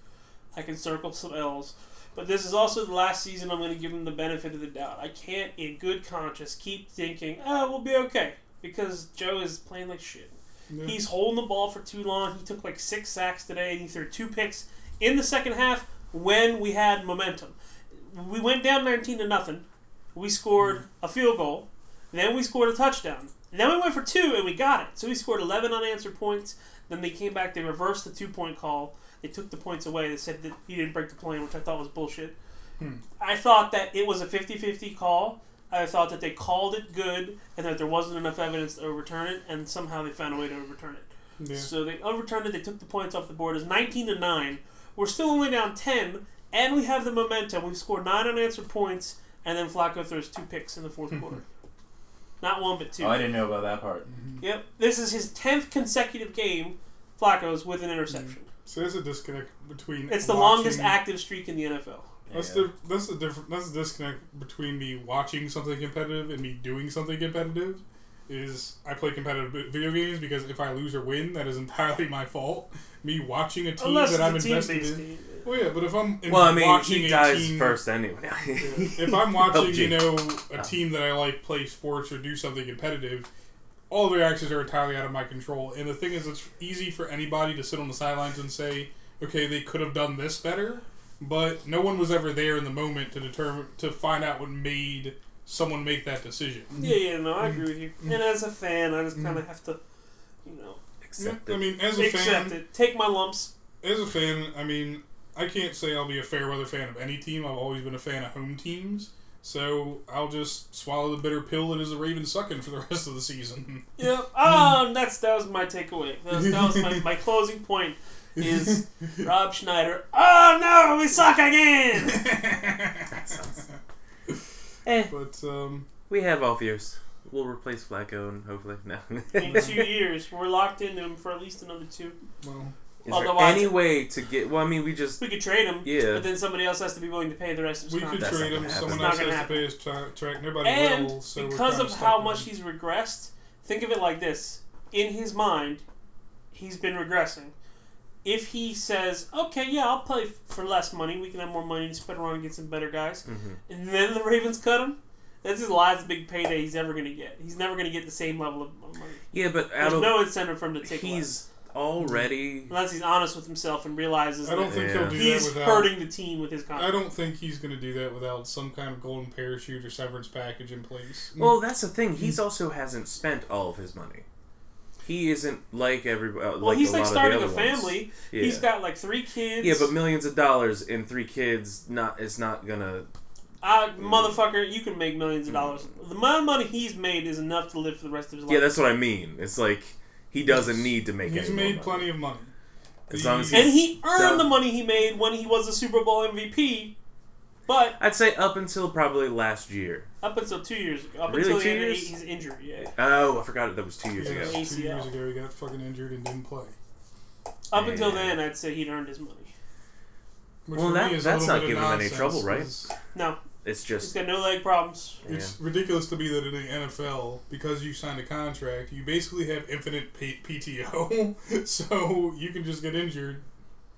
Speaker 3: I can circle some L's. But this is also the last season I'm going to give them the benefit of the doubt. I can't, in good conscience, keep thinking, oh, we'll be okay. Because Joe is playing like shit.
Speaker 2: Yeah.
Speaker 3: He's holding the ball for too long. He took like six sacks today, and he threw two picks in the second half when we had momentum. We went down 19 to nothing. We scored a field goal. Then we scored a touchdown. And then we went for two, and we got it. So we scored 11 unanswered points. Then they came back. They reversed the two point call. They took the points away. They said that he didn't break the plane, which I thought was bullshit. I thought that it was a 50 50 call. I thought that they called it good and that there wasn't enough evidence to overturn it, and somehow they found a way to overturn it.
Speaker 2: Yeah.
Speaker 3: So they overturned it. They took the points off the board. It's 19 to 9. We're still only down 10, and we have the momentum. We've scored nine unanswered points, and then Flacco throws two picks in the fourth quarter. Not one, but two.
Speaker 4: Oh, I didn't know about that part.
Speaker 3: Yep. This is his 10th consecutive game, Flacco's, with an interception.
Speaker 2: So there's a disconnect between.
Speaker 3: It's the
Speaker 2: Mm. watching-
Speaker 3: longest active streak in the NFL.
Speaker 2: That's
Speaker 4: Yeah.
Speaker 2: the that's the different that's the disconnect between me watching something competitive and me doing something competitive. Is I play competitive vi- video games because if I lose or win, that is entirely my fault. Me watching a team
Speaker 3: Unless
Speaker 2: that I'm
Speaker 3: it's a team
Speaker 2: invested
Speaker 3: based
Speaker 2: in.
Speaker 3: game.
Speaker 2: Well, yeah, but if I'm in
Speaker 1: Well, I mean,
Speaker 2: watching
Speaker 1: he
Speaker 2: a
Speaker 1: dies
Speaker 2: team,
Speaker 1: first anyway.
Speaker 2: If I'm watching, you
Speaker 1: Jake.
Speaker 2: know, a team that I like play sports or do something competitive, all their actions are entirely out of my control. And the thing is, it's easy for anybody to sit on the sidelines and say, "Okay, they could have done this better," but no one was ever there in the moment to determine to find out what made someone make that decision.
Speaker 3: Yeah, yeah, no, I agree with you.
Speaker 2: Mm.
Speaker 3: And as a fan, I just kind of have to, you know,
Speaker 1: Except
Speaker 2: I mean, as a
Speaker 3: accept
Speaker 2: fan,
Speaker 3: it. Take my lumps.
Speaker 2: as a fan, I mean, I can't say I'll be a fair weather fan of any team. I've always been a fan of home teams. So I'll just swallow the bitter pill that is the Ravens sucking for the rest of the season.
Speaker 3: Yep. Um, that's that was my takeaway. That was, that was my, my closing point. Is Rob Schneider? Oh no, we suck again.
Speaker 1: eh,
Speaker 2: But um,
Speaker 1: we have off years. We'll replace Flacco and hopefully no.
Speaker 3: In two years, we're locked into him for at least another two.
Speaker 2: well,
Speaker 1: Is there
Speaker 3: Otherwise-
Speaker 1: any way to get? Well, I mean, we just
Speaker 3: We could trade him.
Speaker 1: Yeah.
Speaker 3: But then somebody else has to be willing to pay the rest of his
Speaker 2: we could
Speaker 3: contract.
Speaker 1: That's
Speaker 2: trade
Speaker 1: not
Speaker 2: him.
Speaker 1: gonna
Speaker 2: Someone
Speaker 1: happen.
Speaker 2: else
Speaker 3: It's not
Speaker 2: has to pay his tra- track. Nobody
Speaker 3: and
Speaker 2: will. So we're
Speaker 3: because
Speaker 2: trying
Speaker 3: of
Speaker 2: to
Speaker 3: how
Speaker 2: stop
Speaker 3: much
Speaker 2: him.
Speaker 3: he's regressed, think of it like this: in his mind, he's been regressing. If he says, "Okay, yeah, I'll play for less money. We can have more money to spend around and get some better guys,"
Speaker 1: mm-hmm.
Speaker 3: and then the Ravens cut him, that's his last big payday he's ever going to get. He's never going to get the same level of money.
Speaker 1: yeah, but out
Speaker 3: There's
Speaker 1: of
Speaker 3: no incentive for him to take less,
Speaker 1: he's already
Speaker 2: Mm-hmm.
Speaker 3: unless he's honest with himself and realizes
Speaker 2: I don't
Speaker 3: that
Speaker 2: think
Speaker 1: Yeah.
Speaker 2: he'll do
Speaker 3: he's
Speaker 2: that without.
Speaker 3: hurting the team with his
Speaker 2: I
Speaker 3: contract.
Speaker 2: don't think he's going to do that without some kind of golden parachute or severance package in place.
Speaker 1: Well, that's the thing.
Speaker 2: Mm-hmm.
Speaker 1: He's also hasn't spent all of his money. He isn't like everybody. Well,
Speaker 3: Well,
Speaker 1: like
Speaker 3: he's
Speaker 1: a
Speaker 3: like
Speaker 1: lot of the
Speaker 3: starting a
Speaker 1: other ones.
Speaker 3: family.
Speaker 1: Yeah.
Speaker 3: He's got like three kids.
Speaker 1: yeah, but millions of dollars and three kids. Not it's not gonna.
Speaker 3: I, Ah, motherfucker, you can make millions of dollars. The amount of money he's made is enough to live for the rest of his life.
Speaker 1: Yeah, that's what I mean. It's like he doesn't need to make.
Speaker 2: He's
Speaker 1: any
Speaker 2: made
Speaker 1: more money.
Speaker 2: plenty of money.
Speaker 1: As long as
Speaker 2: The-
Speaker 3: and he
Speaker 1: Dumb.
Speaker 3: earned the money he made when he was a Super Bowl MVP, but
Speaker 1: I'd say up until probably last year.
Speaker 3: up until two years ago, up
Speaker 1: Really,
Speaker 3: until
Speaker 1: two
Speaker 3: he had
Speaker 1: years?
Speaker 3: his injury, yeah.
Speaker 1: Oh, I forgot that was two years
Speaker 2: Yeah,
Speaker 1: ago.
Speaker 3: Yeah.
Speaker 2: two years ago, he got fucking injured and didn't play.
Speaker 3: Up until
Speaker 1: Yeah.
Speaker 3: then, I'd say he'd earned his money.
Speaker 2: Which
Speaker 1: Well,
Speaker 2: for
Speaker 1: that-
Speaker 2: me is a
Speaker 1: that's not
Speaker 2: little bit of
Speaker 1: giving him any
Speaker 2: nonsense,
Speaker 1: trouble, right?
Speaker 2: 'cause
Speaker 3: No,
Speaker 1: It's
Speaker 3: he's
Speaker 1: just
Speaker 3: got no leg problems.
Speaker 1: yeah.
Speaker 2: It's ridiculous to me that in the NFL, because you signed a contract, you basically have infinite P- PTO, so you can just get injured.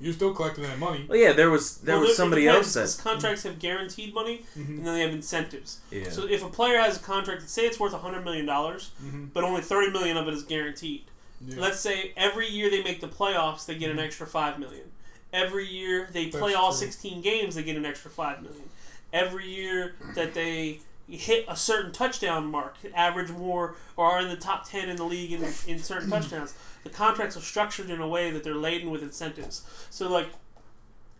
Speaker 2: You're still collecting that money.
Speaker 1: Well, yeah, there was there
Speaker 3: Well,
Speaker 1: was
Speaker 3: it
Speaker 1: somebody else
Speaker 3: depends,
Speaker 1: that
Speaker 3: 'cause contracts have guaranteed money, and then they have incentives.
Speaker 1: yeah.
Speaker 3: So if a player has a contract, say it's worth hundred million dollars, but only thirty million of it is guaranteed.
Speaker 2: Mm-hmm. Yeah. Mm-hmm.
Speaker 3: Let's say every year they make the playoffs, they get an extra five million. Every year they play
Speaker 2: That's
Speaker 3: all
Speaker 2: true.
Speaker 3: sixteen games, they get an extra five million. Every year that they hit a certain touchdown mark, average more, or are in the top ten in the league in, in certain
Speaker 2: Mm-hmm.
Speaker 3: touchdowns, the contracts are structured in a way that they're laden with incentives. So like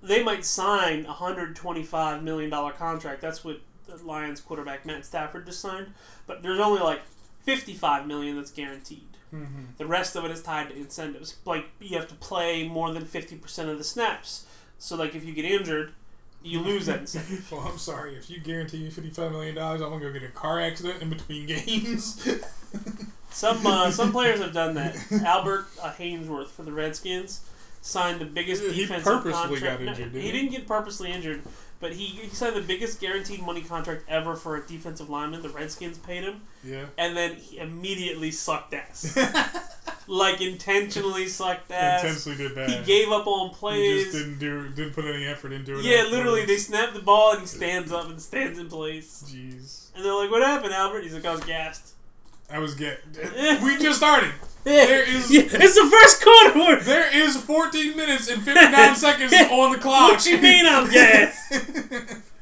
Speaker 3: they might sign a hundred twenty-five million dollar contract. That's what the Lions quarterback Matt Stafford just signed. But there's only like fifty-five million that's guaranteed.
Speaker 2: Mm-hmm.
Speaker 3: The rest of it is tied to incentives. Like you have to play more than fifty percent of the snaps. So like if you get injured, you lose that incentive.
Speaker 2: Well, I'm sorry. If you guarantee me $55 million, I'm going to go get a car accident in between games.
Speaker 3: Some uh, some players have done that. Albert uh, Hainsworth for the Redskins signed the biggest
Speaker 2: He
Speaker 3: defensive
Speaker 2: purposely
Speaker 3: contract.
Speaker 2: got injured,
Speaker 3: no,
Speaker 2: didn't
Speaker 3: he
Speaker 2: he?
Speaker 3: didn't get purposely injured, but he, he signed the biggest guaranteed money contract ever for a defensive lineman. The Redskins paid him,
Speaker 2: yeah.
Speaker 3: and then he immediately sucked ass. like intentionally sucked ass.
Speaker 2: Intensely did
Speaker 3: He
Speaker 2: bad.
Speaker 3: gave up on
Speaker 2: He
Speaker 3: plays.
Speaker 2: just didn't do, didn't put any effort into it.
Speaker 3: yeah, literally, they snap the ball and he stands up and stands in place.
Speaker 2: Jeez.
Speaker 3: And they're like, "What happened, Albert?" He's like, "I was gassed."
Speaker 2: I was get. We just started. There is-
Speaker 3: it's the first quarter. What
Speaker 2: There is 14 minutes and 59 seconds on the clock.
Speaker 3: you mean I'm gassed?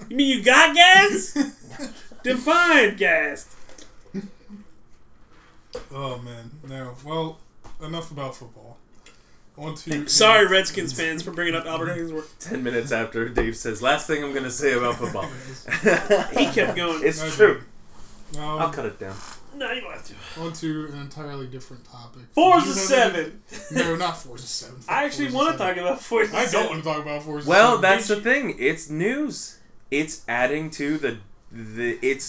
Speaker 3: You mean you got gas? Define gassed.
Speaker 2: Oh man, no. Well, enough about football. On to
Speaker 3: Sorry, Redskins fans, for bringing up Albert Hainsworth.
Speaker 1: Ten minutes after Dave says, "Last thing I'm gonna say about football."
Speaker 3: He kept going.
Speaker 1: It's true. I'll
Speaker 2: Um,
Speaker 1: cut it down.
Speaker 3: No, you don't have to.
Speaker 2: on to an entirely different topic.
Speaker 3: Fours
Speaker 2: Do
Speaker 3: to
Speaker 2: you know that-
Speaker 3: seven.
Speaker 2: No, not fours to seven. Fuck
Speaker 3: I actually
Speaker 2: fours
Speaker 3: want to
Speaker 2: seven.
Speaker 3: talk about fours. to
Speaker 2: I don't
Speaker 3: seven.
Speaker 2: want to talk about fours. to
Speaker 1: Well,
Speaker 2: seven.
Speaker 1: that's
Speaker 3: Did
Speaker 1: the thing. It's news. It's adding to the the. It's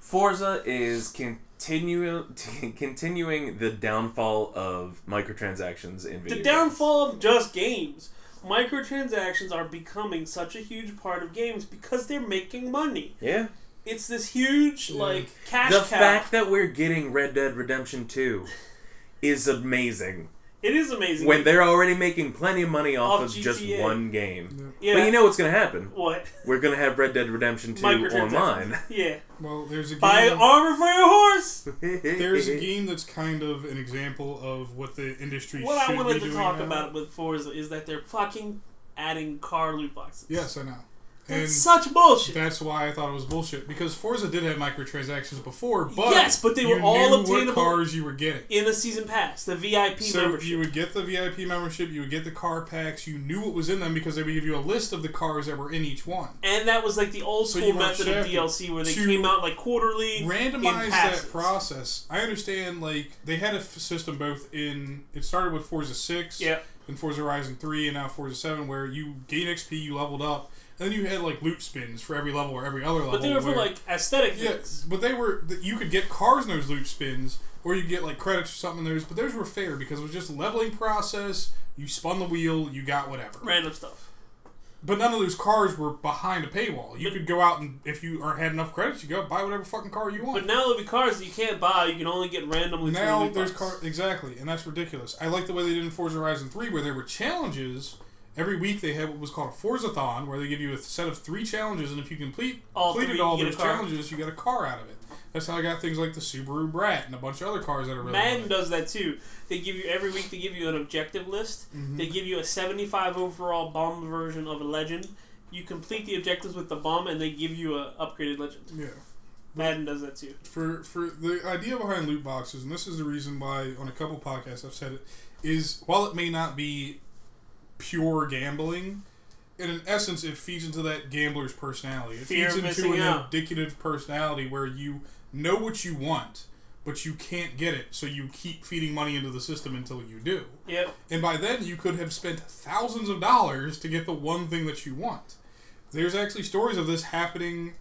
Speaker 1: Forza is continuing continuing the downfall of microtransactions in video.
Speaker 3: The
Speaker 1: games.
Speaker 3: downfall of just games. Microtransactions are becoming such a huge part of games because they're making money.
Speaker 1: Yeah.
Speaker 3: It's this huge
Speaker 2: Yeah.
Speaker 3: like cash
Speaker 1: the
Speaker 3: cow.
Speaker 1: fact that we're getting Red Dead Redemption Two is amazing.
Speaker 3: it is amazing.
Speaker 1: When they're already making plenty of money off,
Speaker 3: Off
Speaker 1: of just
Speaker 3: GTA.
Speaker 1: one game.
Speaker 3: yeah,
Speaker 1: But you know what's gonna happen?
Speaker 3: what?
Speaker 1: We're gonna have Red Dead Redemption Two
Speaker 3: Microtransactions.
Speaker 1: online.
Speaker 3: Yeah,
Speaker 2: Well, there's a game.
Speaker 3: buy armor for your horse.
Speaker 2: there's a game that's kind of an example of what the industry.
Speaker 3: What I
Speaker 2: should be
Speaker 3: wanted to
Speaker 2: doing
Speaker 3: talk
Speaker 2: now.
Speaker 3: about with Forza is that they're fucking adding car loot boxes.
Speaker 2: Yes, I know. And
Speaker 3: That's such bullshit.
Speaker 2: that's why I thought it was bullshit because Forza did have microtransactions before, but
Speaker 3: Yes, but they were
Speaker 2: you
Speaker 3: all
Speaker 2: knew
Speaker 3: obtainable.
Speaker 2: what cars you were getting.
Speaker 3: in the season pass, the VIP
Speaker 2: So
Speaker 3: membership.
Speaker 2: you would get the VIP membership, you would get the car packs, you knew what was in them because they would give you a list of the cars that were in each one.
Speaker 3: and that was like the old
Speaker 2: So
Speaker 3: school
Speaker 2: you weren't
Speaker 3: method of
Speaker 2: shafted.
Speaker 3: DLC where they
Speaker 2: To
Speaker 3: came out like quarterly.
Speaker 2: Randomize
Speaker 3: in
Speaker 2: that
Speaker 3: passes.
Speaker 2: process. I understand, like, they had a f- system both in. It started with Forza 6,
Speaker 3: Yeah.
Speaker 2: and Forza Horizon 3, and now Forza 7, where you gain XP, you leveled up, and then you had, like, loot spins for every level or every other level.
Speaker 3: But they were for
Speaker 2: where-
Speaker 3: like aesthetic
Speaker 2: Yes,
Speaker 3: things.
Speaker 2: but they were. th- You could get cars in those loot spins, or you get like credits or something in those. But those were fair because it was just a leveling process. You spun the wheel, you got whatever.
Speaker 3: Random stuff.
Speaker 2: But none of those cars were behind a paywall. You could go out and if you or had enough credits, you go buy whatever fucking car you
Speaker 3: But
Speaker 2: want.
Speaker 3: now there'll be cars that you can't buy. You can only get randomly. through
Speaker 2: Now
Speaker 3: loot
Speaker 2: there's car
Speaker 3: boxes.
Speaker 2: exactly, and that's ridiculous. I like the way they did in Forza Horizon Three, where there were challenges. Every week they had what was called a Forzathon, where they give you a set of three challenges, and if you complete
Speaker 3: All
Speaker 2: completed
Speaker 3: three,
Speaker 2: all
Speaker 3: you get
Speaker 2: those
Speaker 3: a car.
Speaker 2: challenges, you get a car out of it. That's how I got things like the Subaru Brat and a bunch of other cars that are really
Speaker 3: Madden
Speaker 2: good.
Speaker 3: does that too. They give you every week. They give you an objective list.
Speaker 2: Mm-hmm.
Speaker 3: They give you a 75 overall bomb version of a legend. You complete the objectives with the bomb, and they give you a upgraded legend.
Speaker 2: Yeah.
Speaker 3: Madden does that too.
Speaker 2: For for the idea behind loot boxes, and this is the reason why on a couple podcasts I've said it, is while it may not be pure gambling, and in essence it feeds into that gambler's personality. It
Speaker 3: Fear of
Speaker 2: feeds into
Speaker 3: missing
Speaker 2: an
Speaker 3: out.
Speaker 2: indicative personality where you know what you want, but you can't get it, so you keep feeding money into the system until you do.
Speaker 3: Yep.
Speaker 2: And by then, you could have spent thousands of dollars to get the one thing that you want. There's actually stories of this happening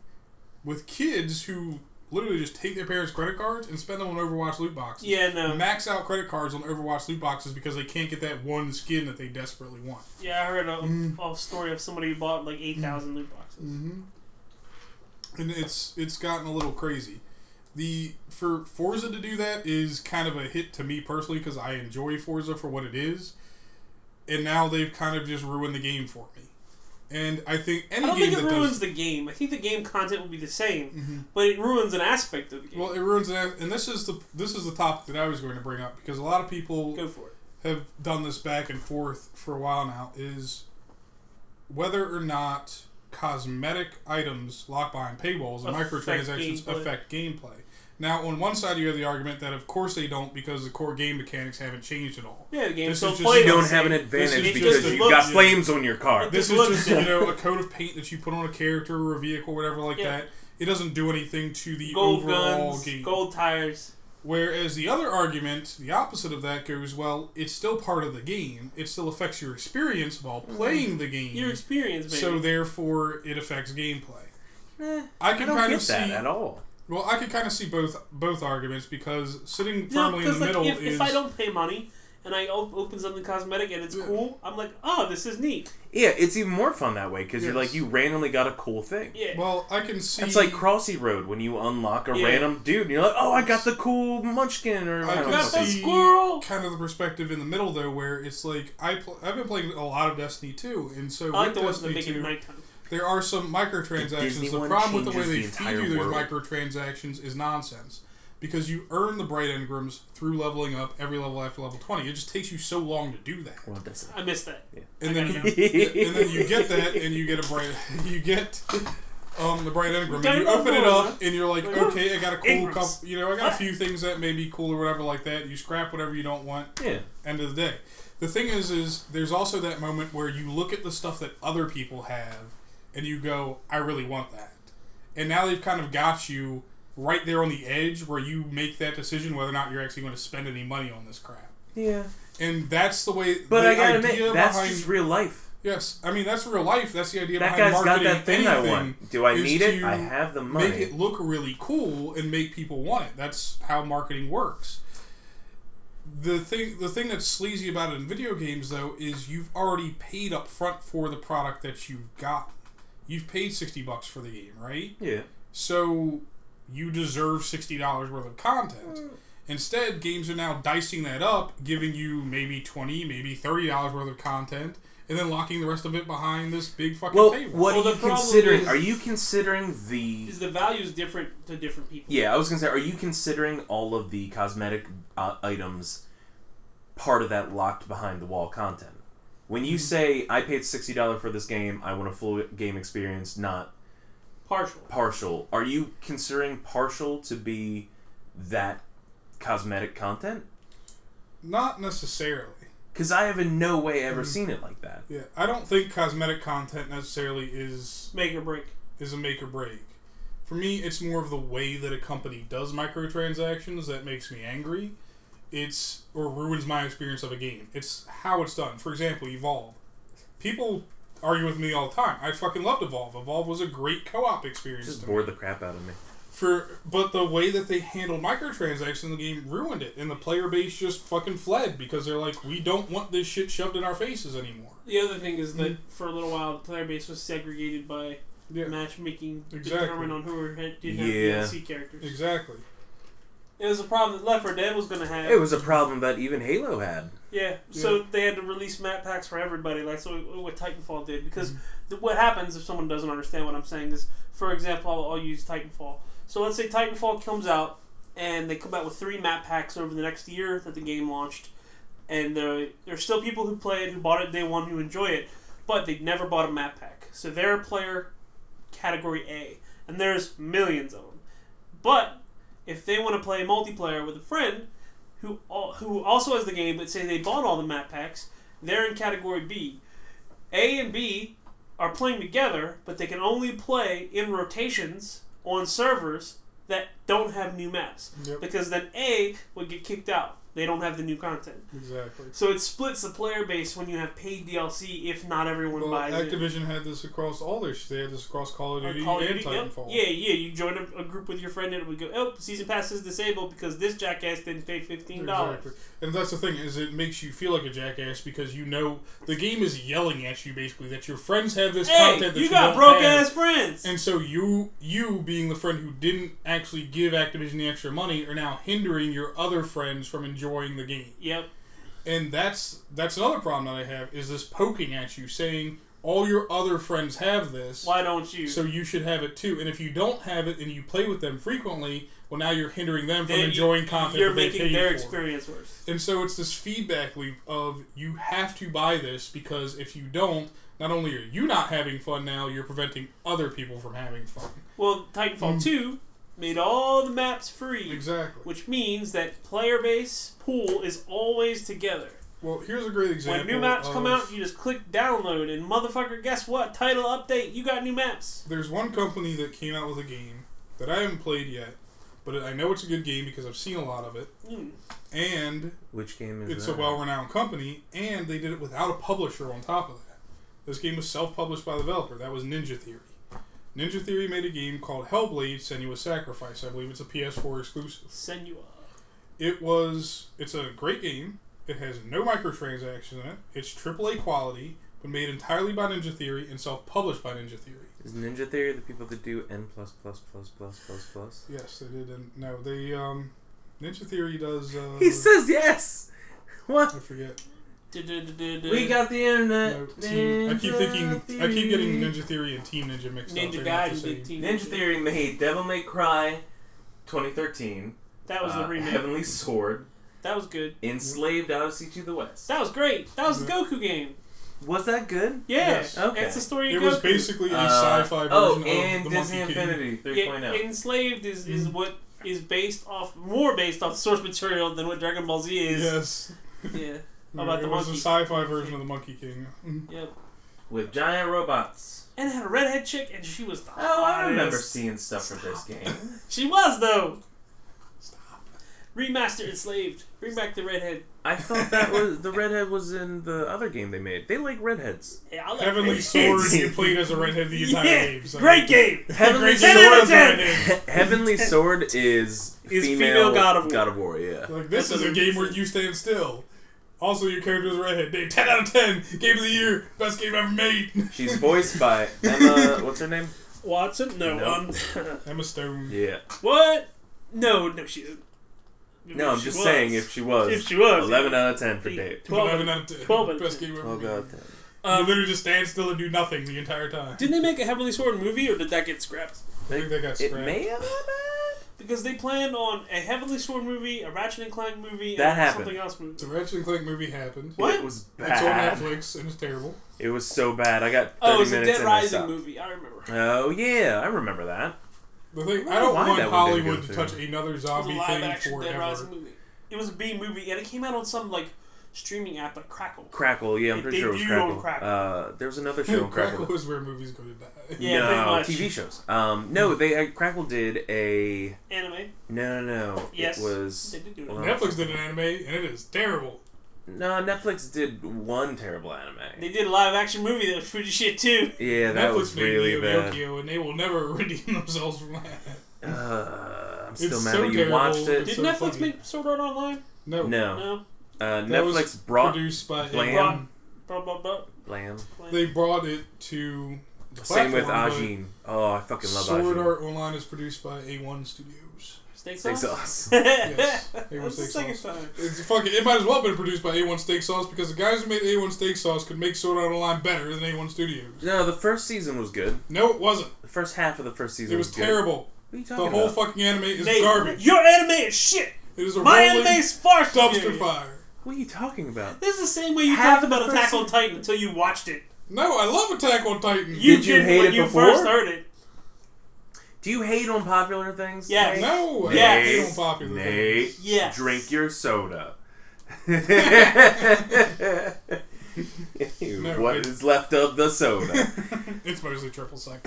Speaker 2: with kids who literally just take their parents' credit cards and spend them on Overwatch loot boxes.
Speaker 3: Yeah. No.
Speaker 2: Max out credit cards on Overwatch loot boxes because they can't get that one skin that they desperately want.
Speaker 3: Yeah. I heard a,
Speaker 2: Mm.
Speaker 3: a story of somebody who bought like 8,000 loot boxes.
Speaker 2: Mm-hmm. and it's it's gotten a little crazy. The for Forza to do that is kind of a hit to me personally because I enjoy Forza for what it is, and now they've kind of just ruined the game for me. And I think any
Speaker 3: I don't
Speaker 2: game
Speaker 3: think it
Speaker 2: that
Speaker 3: ruins
Speaker 2: does
Speaker 3: the game. I think the game content will be the same, but it ruins an aspect of the game.
Speaker 2: Mm-hmm. well, it ruins it. And this is the this is the topic that I was going to bring up because a lot of people
Speaker 3: Go for it.
Speaker 2: have done this back and forth for a while now is whether or not cosmetic items locked behind paywalls and
Speaker 3: Affect
Speaker 2: microtransactions
Speaker 3: gameplay.
Speaker 2: affect gameplay. Now, on one side, you have the argument that of course they don't because the core game mechanics haven't changed at all.
Speaker 3: Yeah, the game
Speaker 2: This
Speaker 3: still
Speaker 2: is just-
Speaker 3: played
Speaker 2: You
Speaker 1: You
Speaker 3: on
Speaker 1: don't
Speaker 3: the
Speaker 1: have an
Speaker 3: same-
Speaker 1: advantage
Speaker 2: This is
Speaker 1: because
Speaker 2: just a
Speaker 1: you've
Speaker 2: look,
Speaker 1: got
Speaker 2: yeah.
Speaker 1: flames on your car.
Speaker 2: This
Speaker 3: It
Speaker 2: is
Speaker 3: looks-
Speaker 2: just you know a coat of paint that you put on a character or a vehicle, whatever like
Speaker 3: Yeah.
Speaker 2: that. It doesn't do anything to the
Speaker 3: Gold
Speaker 2: overall
Speaker 3: guns,
Speaker 2: game.
Speaker 3: gold tires.
Speaker 2: Whereas the other argument, the opposite of that goes, well, it's still part of the game. It still affects your experience while
Speaker 3: Mm-hmm.
Speaker 2: playing the game.
Speaker 3: Your experience, maybe.
Speaker 2: Mm-hmm. so therefore it affects gameplay.
Speaker 3: Eh,
Speaker 2: I
Speaker 1: I
Speaker 2: can
Speaker 1: don't
Speaker 2: kind
Speaker 1: get
Speaker 2: of see
Speaker 1: that at all.
Speaker 2: well, I can kind of see both both arguments because sitting
Speaker 3: no,
Speaker 2: firmly in
Speaker 3: because
Speaker 2: the
Speaker 3: like
Speaker 2: middle
Speaker 3: if,
Speaker 2: is
Speaker 3: if I don't pay money and I op- open something cosmetic and it's
Speaker 2: Yeah.
Speaker 3: cool, I'm like, oh, this is neat.
Speaker 1: Yeah, it's even more fun that way because you're
Speaker 2: Yes.
Speaker 1: like you randomly got a cool thing.
Speaker 3: Yeah.
Speaker 2: well, I can see
Speaker 1: It's like Crossy Road when you unlock a
Speaker 3: Yeah.
Speaker 1: random dude and you're like, oh, I got the cool Munchkin or
Speaker 2: I
Speaker 1: whatever.
Speaker 2: can
Speaker 3: Got that
Speaker 2: see
Speaker 3: squirrel.
Speaker 2: kind of the perspective in the middle though, where it's like I pl- I've been playing a lot of Destiny 2, and so
Speaker 3: I like
Speaker 2: with
Speaker 3: the ones that
Speaker 2: Destiny
Speaker 3: make
Speaker 2: 2,
Speaker 3: it nighttime.
Speaker 2: There are some microtransactions.
Speaker 1: Disney
Speaker 2: The,
Speaker 1: one
Speaker 2: problem with the way
Speaker 1: changes
Speaker 2: they
Speaker 1: the
Speaker 2: feed
Speaker 1: entire
Speaker 2: you those
Speaker 1: world.
Speaker 2: microtransactions is nonsense. because you earn the bright engrams through leveling up every level after level 20 it just takes you so long to do that
Speaker 1: Well, that's
Speaker 3: I missed that.
Speaker 1: Yeah.
Speaker 2: and
Speaker 3: I
Speaker 2: then
Speaker 3: gotta
Speaker 2: you, and then you get that and you get a bright you get um, the bright engram and you
Speaker 3: Don't
Speaker 2: open it
Speaker 3: know.
Speaker 2: up and you're like okay i got a cool
Speaker 3: Engrams.
Speaker 2: couple you know i got a few things that may be cool or whatever like that you scrap whatever you don't want
Speaker 1: yeah.
Speaker 2: end of the day. The thing is, is there's also that moment where you look at the stuff that other people have, and you go, "I really want that." And now they've kind of got you right there on the edge where you make that decision whether or not you're actually going to spend any money on this crap.
Speaker 1: Yeah.
Speaker 2: And that's the way.
Speaker 1: But
Speaker 2: the
Speaker 1: I gotta
Speaker 2: idea
Speaker 1: admit, that's
Speaker 2: behind,
Speaker 1: just real life.
Speaker 2: yes. I mean, that's real life. That's the idea
Speaker 1: That
Speaker 2: behind
Speaker 1: guy's got
Speaker 2: marketing
Speaker 1: that thing I
Speaker 2: anything.
Speaker 1: want. Do I
Speaker 2: is
Speaker 1: need it?
Speaker 2: to
Speaker 1: I have the money.
Speaker 2: Make it look really cool and make people want it. That's how marketing works. The thing the thing that's sleazy about it in video games though is you've already paid up front for the product that you've got. You've paid sixty bucks for the game, right?
Speaker 1: yeah.
Speaker 2: So you deserve sixty dollars worth of content. Instead, games are now dicing that up, giving you maybe twenty, maybe thirty dollars worth of content, and then locking the rest of it behind this big fucking
Speaker 1: Well,
Speaker 2: paywall.
Speaker 1: what
Speaker 3: Well,
Speaker 1: are
Speaker 3: the
Speaker 1: you
Speaker 3: problem
Speaker 1: considering?
Speaker 3: is-
Speaker 1: are you considering the?
Speaker 3: Is the value is different to different people?
Speaker 1: Yeah, I was gonna say, are you considering all of the cosmetic uh, items part of that locked behind the wall content? When
Speaker 2: Mm-hmm.
Speaker 1: you say I paid sixty dollars for this game, I want a full game experience, not
Speaker 3: Partial.
Speaker 1: partial. Are you considering partial to be that cosmetic content?
Speaker 2: Not necessarily.
Speaker 1: Because I have in no way ever
Speaker 2: Mm-hmm.
Speaker 1: seen it like that.
Speaker 2: Yeah, I don't think cosmetic content necessarily is
Speaker 3: Make or break.
Speaker 2: is a make or break. For me, it's more of the way that a company does microtransactions that makes me angry. It's or ruins my experience of a game. It's how it's done. For example, Evolve. People argue with me all the time. I fucking loved Evolve. Evolve was a great co-op experience.
Speaker 1: Just
Speaker 2: to
Speaker 1: bored
Speaker 2: me.
Speaker 1: the crap out of me.
Speaker 2: For but the way that they handled microtransactions in the game ruined it, and the player base just fucking fled because they're like, we don't want this shit shoved in our faces anymore.
Speaker 3: The other thing is that for a little while the player base was segregated by
Speaker 2: Yeah.
Speaker 3: matchmaking
Speaker 2: Exactly.
Speaker 3: determined on who had, didn't
Speaker 1: Yeah.
Speaker 3: have DLC characters.
Speaker 2: Exactly.
Speaker 3: It was a problem that Left 4 Dead was going to have.
Speaker 1: It was a problem that even Halo had.
Speaker 3: Yeah, so they had to release map packs for everybody, like so what Titanfall did. Because th- what happens if someone doesn't understand what I'm saying is, for example, I'll, I'll use Titanfall. So let's say Titanfall comes out, and they come out with three map packs over the next year that the game launched, and there there's still people who play it, who bought it day one, who enjoy it, but they never bought a map pack. So they're a player category A, and there's millions of them. But if they want to play multiplayer with a friend, who al- who also has the game, but say they bought all the map packs, they're in category B. A and B are playing together, but they can only play in rotations on servers that don't have new maps,
Speaker 2: Yep.
Speaker 3: because then A would get kicked out. They don't have the new content,
Speaker 2: Exactly.
Speaker 3: so it splits the player base when you have paid DLC. If not everyone
Speaker 2: Well,
Speaker 3: buys it,
Speaker 2: Activision had this across all their. They had this across Call of
Speaker 3: Or
Speaker 2: Duty
Speaker 3: Call of
Speaker 2: and
Speaker 3: Duty, yep.
Speaker 2: Titanfall.
Speaker 3: Yeah, yeah. You join a, a group with your friend and we go, oh, season pass is disabled because this jackass didn't pay fifteen dollars.
Speaker 2: Exactly. And that's the thing is, it makes you feel like a jackass because you know the game is yelling at you basically that your friends have this
Speaker 3: Hey,
Speaker 2: content that
Speaker 3: you
Speaker 2: you
Speaker 3: got
Speaker 2: don't
Speaker 3: broke
Speaker 2: have.
Speaker 3: ass friends.
Speaker 2: And so you, you being the friend who didn't actually give Activision the extra money, are now hindering your other friends from enjoying the game.
Speaker 3: Yep.
Speaker 2: And that's that's another problem that I have is this poking at you, saying all your other friends have this.
Speaker 3: Why don't you?
Speaker 2: So you should have it too. And if you don't have it and you play with them frequently, well, now you're hindering them from
Speaker 3: Then you-
Speaker 2: enjoying content.
Speaker 3: You're
Speaker 2: that they
Speaker 3: making
Speaker 2: paid
Speaker 3: their
Speaker 2: for.
Speaker 3: experience worse.
Speaker 2: And so it's this feedback loop of you have to buy this because if you don't, not only are you not having fun now, you're preventing other people from having fun.
Speaker 3: Well, Titanfall two made all the maps free,
Speaker 2: Mm. Exactly.
Speaker 3: which means that player base pool is always together.
Speaker 2: Well, here's a great example.
Speaker 3: When new maps come
Speaker 2: of-
Speaker 3: out, you just click download, and motherfucker, guess what? Title update, you got new maps.
Speaker 2: there's one company that came out with a game that I haven't played yet, but I know it's a good game because I've seen a lot of it,
Speaker 3: Mm.
Speaker 2: and
Speaker 1: Which game is
Speaker 2: it's
Speaker 1: that?
Speaker 2: a well-renowned company, and they did it without a publisher on top of that. This game was self-published by the developer. That was Ninja Theory. Ninja Theory made a game called Hellblade: Senua's Sacrifice. I believe it's a PS4 exclusive.
Speaker 3: Senua.
Speaker 2: It was. It's a great game. It has no microtransactions in it. It's AAA quality, but made entirely by Ninja Theory and self-published by Ninja Theory.
Speaker 1: Is Ninja Theory the people that do N plus plus plus plus plus plus?
Speaker 2: Yes, they did. And no, they um, Ninja Theory does. Uh,
Speaker 1: He says yes. What?
Speaker 2: I forget.
Speaker 1: We got the internet.
Speaker 2: No, team, I keep thinking. I keep getting Ninja Theory and Team Ninja mixed up.
Speaker 3: Ninja
Speaker 2: They're not the
Speaker 3: Gaiden
Speaker 2: same.
Speaker 3: did Team
Speaker 1: Ninja Theory made Devil May Cry 2013.
Speaker 3: That was
Speaker 1: uh,
Speaker 3: the remake.
Speaker 1: Heavenly Sword,
Speaker 3: That was good.
Speaker 1: Enslaved Odyssey to the West.
Speaker 3: That was great. That was the Goku game.
Speaker 1: Was that good?
Speaker 3: Yeah,
Speaker 2: Yes.
Speaker 1: Okay.
Speaker 3: it's the story.
Speaker 2: It
Speaker 3: of
Speaker 2: was
Speaker 3: Goku.
Speaker 2: basically a
Speaker 1: Uh,
Speaker 2: Oh, sci-fi version
Speaker 1: oh,
Speaker 2: of
Speaker 1: and
Speaker 2: the
Speaker 1: Disney
Speaker 2: Monkey King.
Speaker 1: Infinity oh,
Speaker 3: Yeah,
Speaker 1: 3.0.
Speaker 3: enslaved is, is
Speaker 1: Mm.
Speaker 3: what is based off more based off source material than what Dragon Ball Z is.
Speaker 2: Yes,
Speaker 3: Yeah. About
Speaker 2: it
Speaker 3: the
Speaker 2: was a
Speaker 3: monkey.
Speaker 2: sci-fi version of the Monkey King.
Speaker 3: Yep.
Speaker 1: with giant robots.
Speaker 3: And it had a redhead chick, and she was the
Speaker 1: Oh, I remember
Speaker 3: hottest.
Speaker 1: seeing stuff from this game.
Speaker 3: She was though. Remaster enslaved. Bring back the redhead.
Speaker 1: I thought that was the redhead was in the other game they made. They like redheads.
Speaker 3: Yeah, I like
Speaker 2: Heavenly
Speaker 3: redheads.
Speaker 2: Sword, you played as a redhead the entire
Speaker 3: yeah,
Speaker 2: game. So.
Speaker 3: great game.
Speaker 1: Heavenly
Speaker 2: Great Sword
Speaker 3: out
Speaker 1: Sword,
Speaker 3: of
Speaker 2: is a
Speaker 3: 10.
Speaker 2: redhead.
Speaker 1: Heavenly Sword is,
Speaker 3: Is female God of War.
Speaker 1: God of War, yeah.
Speaker 2: Like this is
Speaker 3: That's
Speaker 2: a
Speaker 3: what
Speaker 2: game
Speaker 3: it
Speaker 2: where
Speaker 3: is.
Speaker 2: you stand still. Also, your character's a redhead. Dave, ten out of ten. Game of the year, best game ever made.
Speaker 1: She's voiced by Emma. What's her name?
Speaker 3: Watson? No.
Speaker 1: No.
Speaker 3: Um,
Speaker 2: Emma Stone.
Speaker 1: Yeah.
Speaker 3: what? No, no, she isn't.
Speaker 1: No, I'm
Speaker 3: She
Speaker 1: just
Speaker 3: was.
Speaker 1: saying if she was.
Speaker 3: If she was,
Speaker 1: Eleven out of ten for
Speaker 3: Yeah.
Speaker 1: Dave.
Speaker 3: 12
Speaker 2: Eleven out of ten.
Speaker 3: 12 out of
Speaker 2: best
Speaker 3: 10.
Speaker 2: game ever
Speaker 1: Oh
Speaker 2: made.
Speaker 1: god.
Speaker 2: you
Speaker 3: Um,
Speaker 2: literally just stand still and do nothing the entire time.
Speaker 3: didn't they make a Heavenly Sword movie, or did that get scrapped?
Speaker 2: I think they got
Speaker 1: It
Speaker 2: scrapped.
Speaker 1: may have happened.
Speaker 3: Because they planned on a Heavenly Sword movie, a Ratchet and Clank movie,
Speaker 1: That
Speaker 3: and
Speaker 1: happened.
Speaker 3: something else movie.
Speaker 2: The Ratchet and Clank movie happened.
Speaker 3: What? Ah.
Speaker 1: It was
Speaker 2: It's on
Speaker 1: bad.
Speaker 2: Netflix and it's terrible.
Speaker 1: It was so bad. I got 30
Speaker 3: Oh, it was a
Speaker 1: minutes
Speaker 3: Dead
Speaker 1: in I
Speaker 3: Rising
Speaker 1: stopped.
Speaker 3: movie. I remember.
Speaker 1: Oh yeah, I remember that.
Speaker 2: The thing
Speaker 1: I
Speaker 2: I
Speaker 1: wonder why
Speaker 2: don't want
Speaker 1: that one didn't go
Speaker 2: Hollywood to
Speaker 1: through.
Speaker 2: touch another
Speaker 3: It was a
Speaker 2: zombie
Speaker 3: live
Speaker 2: thing
Speaker 3: action Dead
Speaker 2: forever.
Speaker 3: Rising movie. It was a B movie, and it came out on some like streaming app like Crackle.
Speaker 1: Crackle, yeah, I'm
Speaker 3: It
Speaker 1: pretty sure it was
Speaker 3: debuted
Speaker 1: Crackle.
Speaker 3: on Crackle.
Speaker 1: Uh, there was another show on Crackle.
Speaker 2: Crackle is where movies go to die.
Speaker 3: Yeah. pretty
Speaker 1: no,
Speaker 3: much.
Speaker 1: TV shows. Um, no, they uh, Crackle did a
Speaker 3: Anime.
Speaker 1: no, no, no.
Speaker 3: Yes.
Speaker 1: it was
Speaker 3: They did do it.
Speaker 1: Well,
Speaker 2: Netflix did an anime and it is terrible.
Speaker 1: no. Netflix did one terrible anime.
Speaker 3: They did a live action movie that was pretty shit too.
Speaker 1: Yeah, that
Speaker 2: Netflix
Speaker 1: was
Speaker 2: made
Speaker 1: really
Speaker 2: Neo
Speaker 1: bad.
Speaker 2: Yokio, and they will never redeem themselves from that.
Speaker 1: Uh, I'm still
Speaker 2: It's
Speaker 1: mad
Speaker 2: so
Speaker 1: that you
Speaker 2: terrible.
Speaker 1: watched it.
Speaker 3: Did
Speaker 2: so
Speaker 3: Netflix
Speaker 2: funny.
Speaker 3: make Sword Art Online?
Speaker 2: No,
Speaker 1: No,
Speaker 3: No.
Speaker 1: uh,
Speaker 2: That was
Speaker 1: Netflix brought
Speaker 2: produced by
Speaker 1: Blam.
Speaker 3: Blah blah blah.
Speaker 1: Lamb.
Speaker 2: They brought it to the
Speaker 1: Same with
Speaker 2: platform, but
Speaker 1: Ajin. Oh, I fucking love
Speaker 2: Sword
Speaker 1: Ajin.
Speaker 2: Art Online is produced by A1 Studios.
Speaker 3: Steak
Speaker 1: Steak
Speaker 3: sauce.
Speaker 1: sauce.
Speaker 2: Yes, A1
Speaker 3: That's the
Speaker 2: Steak
Speaker 3: second
Speaker 2: Sauce.
Speaker 3: time.
Speaker 2: It's fucking. It might as well have been produced by A1 Steak Sauce because the guys who made A1 Steak Sauce could make Sword Art Online better than A1 Studios.
Speaker 1: No, the first season was good.
Speaker 2: No, it wasn't.
Speaker 1: The first half of the first season
Speaker 2: It was
Speaker 1: good.
Speaker 2: terrible.
Speaker 1: What are you
Speaker 2: The
Speaker 1: talking
Speaker 2: whole
Speaker 1: about?
Speaker 2: fucking anime is
Speaker 3: Nate,
Speaker 2: garbage.
Speaker 3: Your anime is shit.
Speaker 2: It is a
Speaker 3: My
Speaker 2: rolling
Speaker 3: anime is far
Speaker 2: dumpster
Speaker 3: superior.
Speaker 2: fire.
Speaker 1: what are you talking about?
Speaker 3: This is the same way you
Speaker 1: Half
Speaker 3: talked
Speaker 1: the
Speaker 3: about Attack
Speaker 1: person-
Speaker 3: on Titan until you watched it.
Speaker 2: No, I love Attack on Titan.
Speaker 3: You
Speaker 1: Did you
Speaker 3: didn't
Speaker 1: hate
Speaker 3: when
Speaker 1: it
Speaker 3: you
Speaker 1: before?
Speaker 3: first heard it.
Speaker 1: Do you hate on popular things? Nate?
Speaker 3: Yes.
Speaker 2: no, I
Speaker 3: Yes.
Speaker 2: hate on popular.
Speaker 1: Nate,
Speaker 3: Yes.
Speaker 1: drink your soda.
Speaker 2: No,
Speaker 1: what
Speaker 2: it-
Speaker 1: is left of the soda?
Speaker 2: things. It's mostly triple sec.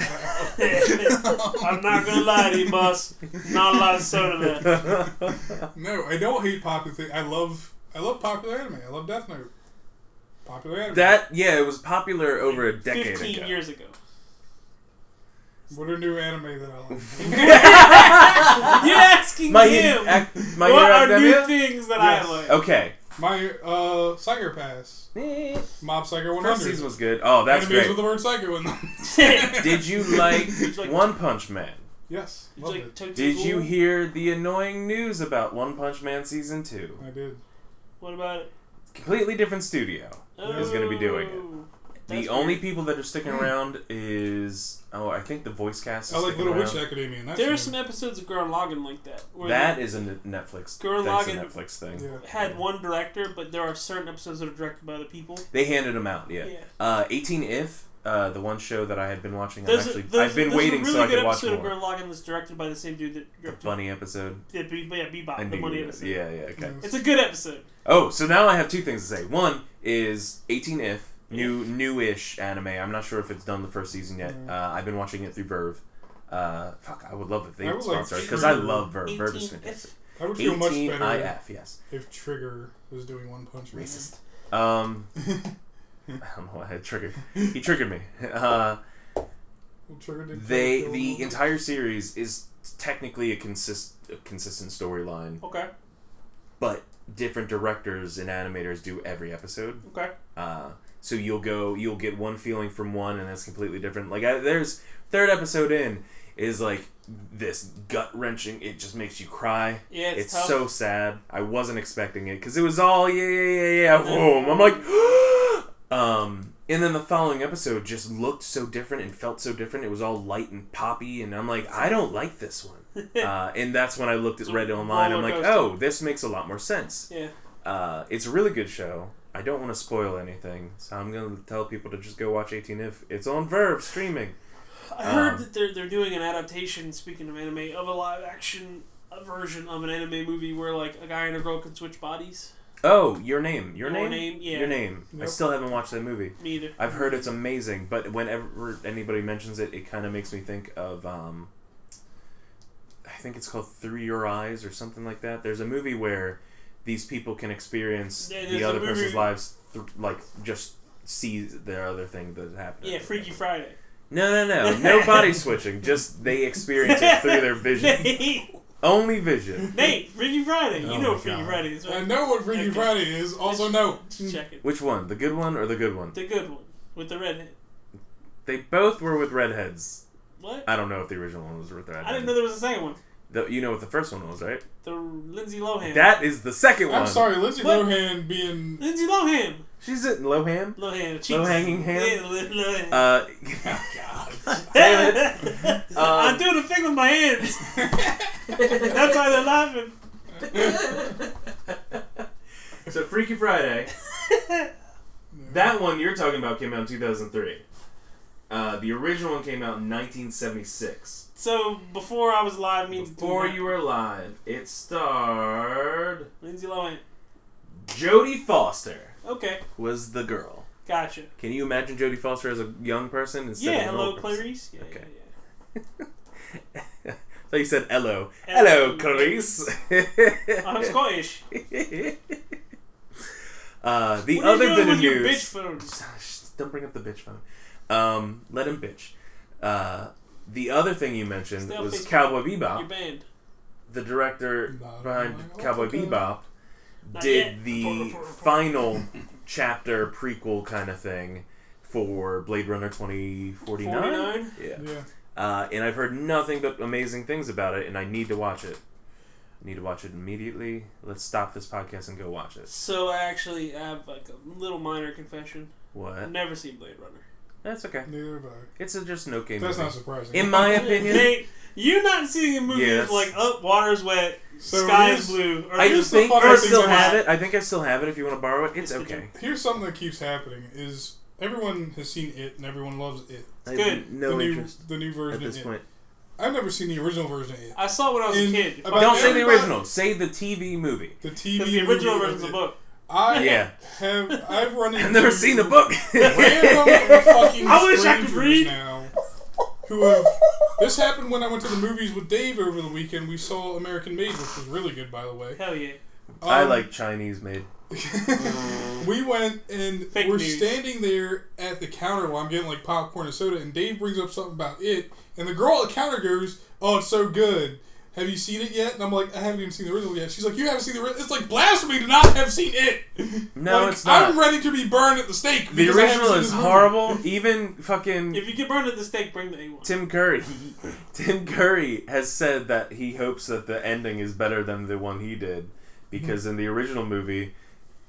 Speaker 3: I'm not gonna lie to you, boss. Not a lot of soda there.
Speaker 2: no, I don't hate popular things. I love, I love popular anime. I love Death Note. Popular anime.
Speaker 1: that yeah, it was popular over a decade
Speaker 3: Fifteen
Speaker 1: ago.
Speaker 3: years ago.
Speaker 2: What are new anime that I like?
Speaker 3: You're asking
Speaker 1: My
Speaker 3: him.
Speaker 1: ac- my
Speaker 3: what
Speaker 1: Hero
Speaker 3: are new
Speaker 1: Academia?
Speaker 3: things that
Speaker 2: Yes.
Speaker 3: I like?
Speaker 1: Okay.
Speaker 2: My uh, Psycho Pass,
Speaker 1: First
Speaker 2: Mob Psycho 100.
Speaker 1: season was good. Oh, that's
Speaker 2: Animes
Speaker 1: great.
Speaker 2: with the word psycho in them.
Speaker 1: Did you like
Speaker 3: Did you like-
Speaker 1: One Punch Man?
Speaker 2: Yes,
Speaker 3: It's
Speaker 2: loved
Speaker 3: like
Speaker 2: it.
Speaker 3: Tokyo
Speaker 1: Did you
Speaker 3: Ghoul.
Speaker 1: hear the annoying news about One Punch Man season two?
Speaker 2: I did.
Speaker 3: What about it?
Speaker 1: Completely different studio is going to be doing it.
Speaker 3: Oh,
Speaker 1: The
Speaker 3: that's
Speaker 1: only
Speaker 3: weird.
Speaker 1: people that are sticking around is oh, I think the voice cast. Is
Speaker 2: I like
Speaker 1: sticking
Speaker 2: Little Witch
Speaker 1: around.
Speaker 2: Academia. And that's
Speaker 3: There are
Speaker 2: new.
Speaker 3: some episodes of Gurren Lagann like that. Where
Speaker 1: That is a N- Netflix.
Speaker 3: Gurren
Speaker 1: that's a
Speaker 3: Lagann-
Speaker 1: Netflix thing.
Speaker 2: Yeah.
Speaker 3: they had one director, but there are certain episodes that are directed by other people.
Speaker 1: They handed them out. Yeah.
Speaker 3: Yeah.
Speaker 1: Uh, 18 if. Uh, the one show that I had been watching, I'm
Speaker 3: There's,
Speaker 1: actually
Speaker 3: a, there's,
Speaker 1: I've been
Speaker 3: there's
Speaker 1: waiting
Speaker 3: a really
Speaker 1: so I
Speaker 3: good
Speaker 1: could watch
Speaker 3: episode
Speaker 1: more.
Speaker 3: of Gurren Lagann that's directed by the same dude that
Speaker 1: The
Speaker 3: directed
Speaker 1: bunny episode.
Speaker 3: the Be- yeah, Bebop,
Speaker 1: I
Speaker 3: the
Speaker 1: knew
Speaker 3: Bunny
Speaker 1: you-
Speaker 3: episode. Mm-hmm.
Speaker 1: Yeah, yeah, okay.
Speaker 3: It's a good episode.
Speaker 1: Oh, so now I have two things to say. One is 18 if new newish anime. I'm not sure if it's done the first season yet.
Speaker 3: Mm-hmm.
Speaker 2: Mm.
Speaker 1: Uh, I've been watching it through Verve. Uh, fuck, I would love if they
Speaker 2: I
Speaker 1: would
Speaker 2: would like
Speaker 1: sponsor because I
Speaker 2: Trigger.
Speaker 1: love Verve. Verve is
Speaker 3: 18
Speaker 1: fantastic.
Speaker 2: I would feel
Speaker 1: 18
Speaker 2: much better
Speaker 1: if yes.
Speaker 2: if Trigger was doing One Punch Man.
Speaker 1: Racist. Um, I don't know why I triggered. He triggered me. Uh,
Speaker 2: Well, Trigger did
Speaker 1: they
Speaker 2: kill
Speaker 1: the
Speaker 2: him.
Speaker 1: entire series is technically a consist a consistent storyline,
Speaker 3: Okay,
Speaker 1: but different directors and animators do every episode.
Speaker 3: okay.
Speaker 1: Uh, so you'll go, you'll get one feeling from one, and that's completely different. Like I, there's third episode in is like this gut wrenching. It just makes you cry.
Speaker 3: Yeah, it's,
Speaker 1: It's,
Speaker 3: tough.
Speaker 1: so sad. I
Speaker 3: Mm-hmm.
Speaker 1: wasn't expecting it because it was all yeah yeah yeah yeah boom. I'm like, um, And then the following episode just looked so different and felt so different. It was all light and poppy, and I'm like, I don't like this one. uh, and that's when I looked at
Speaker 3: It's a
Speaker 1: Red Online. I'm
Speaker 3: roller
Speaker 1: like,
Speaker 3: coaster.
Speaker 1: oh, this makes a lot more sense.
Speaker 3: Yeah.
Speaker 1: Uh, it's a really good show. I don't want to spoil anything, so I'm gonna tell people to just go watch 18 if it's on Verve streaming.
Speaker 3: I heard
Speaker 1: Um,
Speaker 3: that they're they're doing an adaptation. Speaking of anime, of a live action version of an anime movie where like a guy and a girl can switch bodies.
Speaker 1: Oh, your name, your,
Speaker 3: Your
Speaker 1: name,
Speaker 3: Name, yeah.
Speaker 1: your name. I
Speaker 2: Yep.
Speaker 1: still haven't watched that movie.
Speaker 3: Me either.
Speaker 1: I've heard it's amazing, but whenever anybody mentions it, it kind of makes me think of. Um, I think it's called Through Your Eyes or something like that. There's a movie where these people can experience
Speaker 3: Yeah, there's
Speaker 1: the
Speaker 3: a
Speaker 1: other
Speaker 3: movie-
Speaker 1: person's lives, th- like just see their other thing that's happening.
Speaker 3: Yeah, Freaky Friday.
Speaker 1: No, no, no, no body switching. Just they experience it through their vision,
Speaker 3: Nate,
Speaker 1: only vision.
Speaker 3: Nate, Freaky Friday.
Speaker 4: Oh
Speaker 3: you know
Speaker 4: my
Speaker 3: Freaky
Speaker 4: God.
Speaker 3: Friday is
Speaker 2: I
Speaker 3: right.
Speaker 2: know what Freaky
Speaker 3: Okay.
Speaker 2: Friday is. Also, no.
Speaker 3: Just check it.
Speaker 1: Which one, the good one or the good one?
Speaker 3: The good one with the redhead.
Speaker 1: They both were with redheads.
Speaker 3: What?
Speaker 1: I don't know if the original one was with redheads.
Speaker 3: I didn't know there was a second one.
Speaker 1: The- you know what the first one was, right?
Speaker 3: The Lindsay Lohan.
Speaker 1: That is the second one.
Speaker 2: I'm sorry, Lindsay
Speaker 3: What?
Speaker 2: Lohan being.
Speaker 3: Lindsay Lohan.
Speaker 1: She's in Lohan.
Speaker 3: Lohan. cheeks.
Speaker 1: Low-hanging hand?
Speaker 3: Yeah, Lo- Lohan.
Speaker 1: Uh,
Speaker 2: Oh,
Speaker 1: damn Um,
Speaker 3: I'm doing a thing with my hands. That's why they're laughing.
Speaker 1: so Freaky Friday. That one you're talking about came out in 2003. Uh, the original one came out in 1976.
Speaker 3: So before I was live means
Speaker 1: Before you were alive, it starred
Speaker 3: Lindsay Lohan.
Speaker 1: Jodie Foster
Speaker 3: Okay,
Speaker 1: was the girl.
Speaker 3: gotcha.
Speaker 1: Can you imagine Jodie Foster as a young person instead
Speaker 3: yeah,
Speaker 1: of an old
Speaker 3: hello,
Speaker 1: person?
Speaker 3: Clarice. Yeah,
Speaker 1: Okay.
Speaker 3: yeah,
Speaker 1: So you said hello.
Speaker 3: Hello.
Speaker 1: Hello, Clarice.
Speaker 3: yeah. I'm Scottish.
Speaker 1: uh, the
Speaker 3: what
Speaker 1: other
Speaker 3: are
Speaker 1: bit
Speaker 3: you doing
Speaker 1: of
Speaker 3: with your
Speaker 1: news. Ah,
Speaker 3: bitch phones?
Speaker 1: Shh, Don't bring up the bitch phone. Um, let him bitch. Uh, the other thing you mentioned
Speaker 3: Stay off
Speaker 1: was
Speaker 3: Facebook.
Speaker 1: Cowboy
Speaker 3: You're
Speaker 1: Bebop.
Speaker 3: banned.
Speaker 1: The director
Speaker 2: Not
Speaker 1: behind
Speaker 2: on my
Speaker 1: Cowboy
Speaker 2: own.
Speaker 1: Bebop
Speaker 3: Not
Speaker 1: did
Speaker 3: yet.
Speaker 1: the final chapter prequel kind of thing for Blade Runner 2049.
Speaker 3: 49.
Speaker 1: Yeah.
Speaker 2: Yeah.
Speaker 1: Uh, and I've heard nothing but amazing things about it, and I need to watch it. I need to watch it immediately. Let's stop this podcast and go watch it.
Speaker 3: So I actually have like a little minor confession. I've
Speaker 1: What?
Speaker 3: never seen Blade Runner.
Speaker 1: That's okay.
Speaker 2: Neither have I.
Speaker 1: It's a, just no game.
Speaker 2: That's
Speaker 1: movie.
Speaker 2: not surprising.
Speaker 1: In my opinion,
Speaker 3: Nate, you not seeing a movie
Speaker 1: Yes.
Speaker 3: that's like up, water's wet,
Speaker 2: So
Speaker 3: sky
Speaker 2: here's-
Speaker 3: is blue. Or
Speaker 1: I
Speaker 2: Here's the
Speaker 1: think
Speaker 2: fucking
Speaker 1: I
Speaker 2: thing
Speaker 1: still
Speaker 2: that
Speaker 1: have
Speaker 3: happened.
Speaker 1: it. I think I still have it. If you want to borrow it, it's okay.
Speaker 2: Here's something that keeps happening: is everyone has seen it and everyone loves it.
Speaker 1: I have
Speaker 3: good.
Speaker 1: No
Speaker 2: the new,
Speaker 1: interest
Speaker 2: The new
Speaker 1: at
Speaker 2: version
Speaker 1: this
Speaker 2: of it.
Speaker 1: point.
Speaker 2: I've never seen the original version of it.
Speaker 3: I saw it when I was a
Speaker 2: In-
Speaker 3: kid.
Speaker 2: about-
Speaker 3: Fuck
Speaker 1: Don't say the
Speaker 2: everybody-
Speaker 1: original. Say the TV movie.
Speaker 2: The TV
Speaker 3: Because the original
Speaker 2: movie
Speaker 3: version's
Speaker 2: of
Speaker 3: a
Speaker 2: it.
Speaker 3: book.
Speaker 2: I
Speaker 1: Yeah.
Speaker 2: have. I've run into.
Speaker 1: I've never seen a book.
Speaker 2: Random fucking
Speaker 3: I wish I could
Speaker 2: strangers
Speaker 3: read.
Speaker 2: Now, who have? This happened when I went to the movies with Dave over the weekend. We saw American Made, which was really good, by the way.
Speaker 3: Hell yeah.
Speaker 1: I
Speaker 2: Um,
Speaker 1: like Chinese made.
Speaker 2: we went and
Speaker 3: Fake
Speaker 2: we're
Speaker 3: news.
Speaker 2: standing there at the counter while I'm getting like popcorn and soda, and Dave brings up something about it, and the girl at the counter goes, "Oh, it's so good." Have you seen it yet? And I'm like, I haven't even seen the original yet. She's like, you haven't seen the original. It's like blasphemy to not have seen it.
Speaker 1: No,
Speaker 2: Like,
Speaker 1: it's not.
Speaker 2: I'm ready to be burned at the stake.
Speaker 1: the
Speaker 2: because I haven't
Speaker 1: original
Speaker 2: seen
Speaker 1: is
Speaker 2: this movie.
Speaker 1: horrible. Even fucking
Speaker 3: If you get burned at the stake, bring the A1.
Speaker 1: Tim Curry. Tim Curry has said that he hopes that the ending is better than the one he did because in the original movie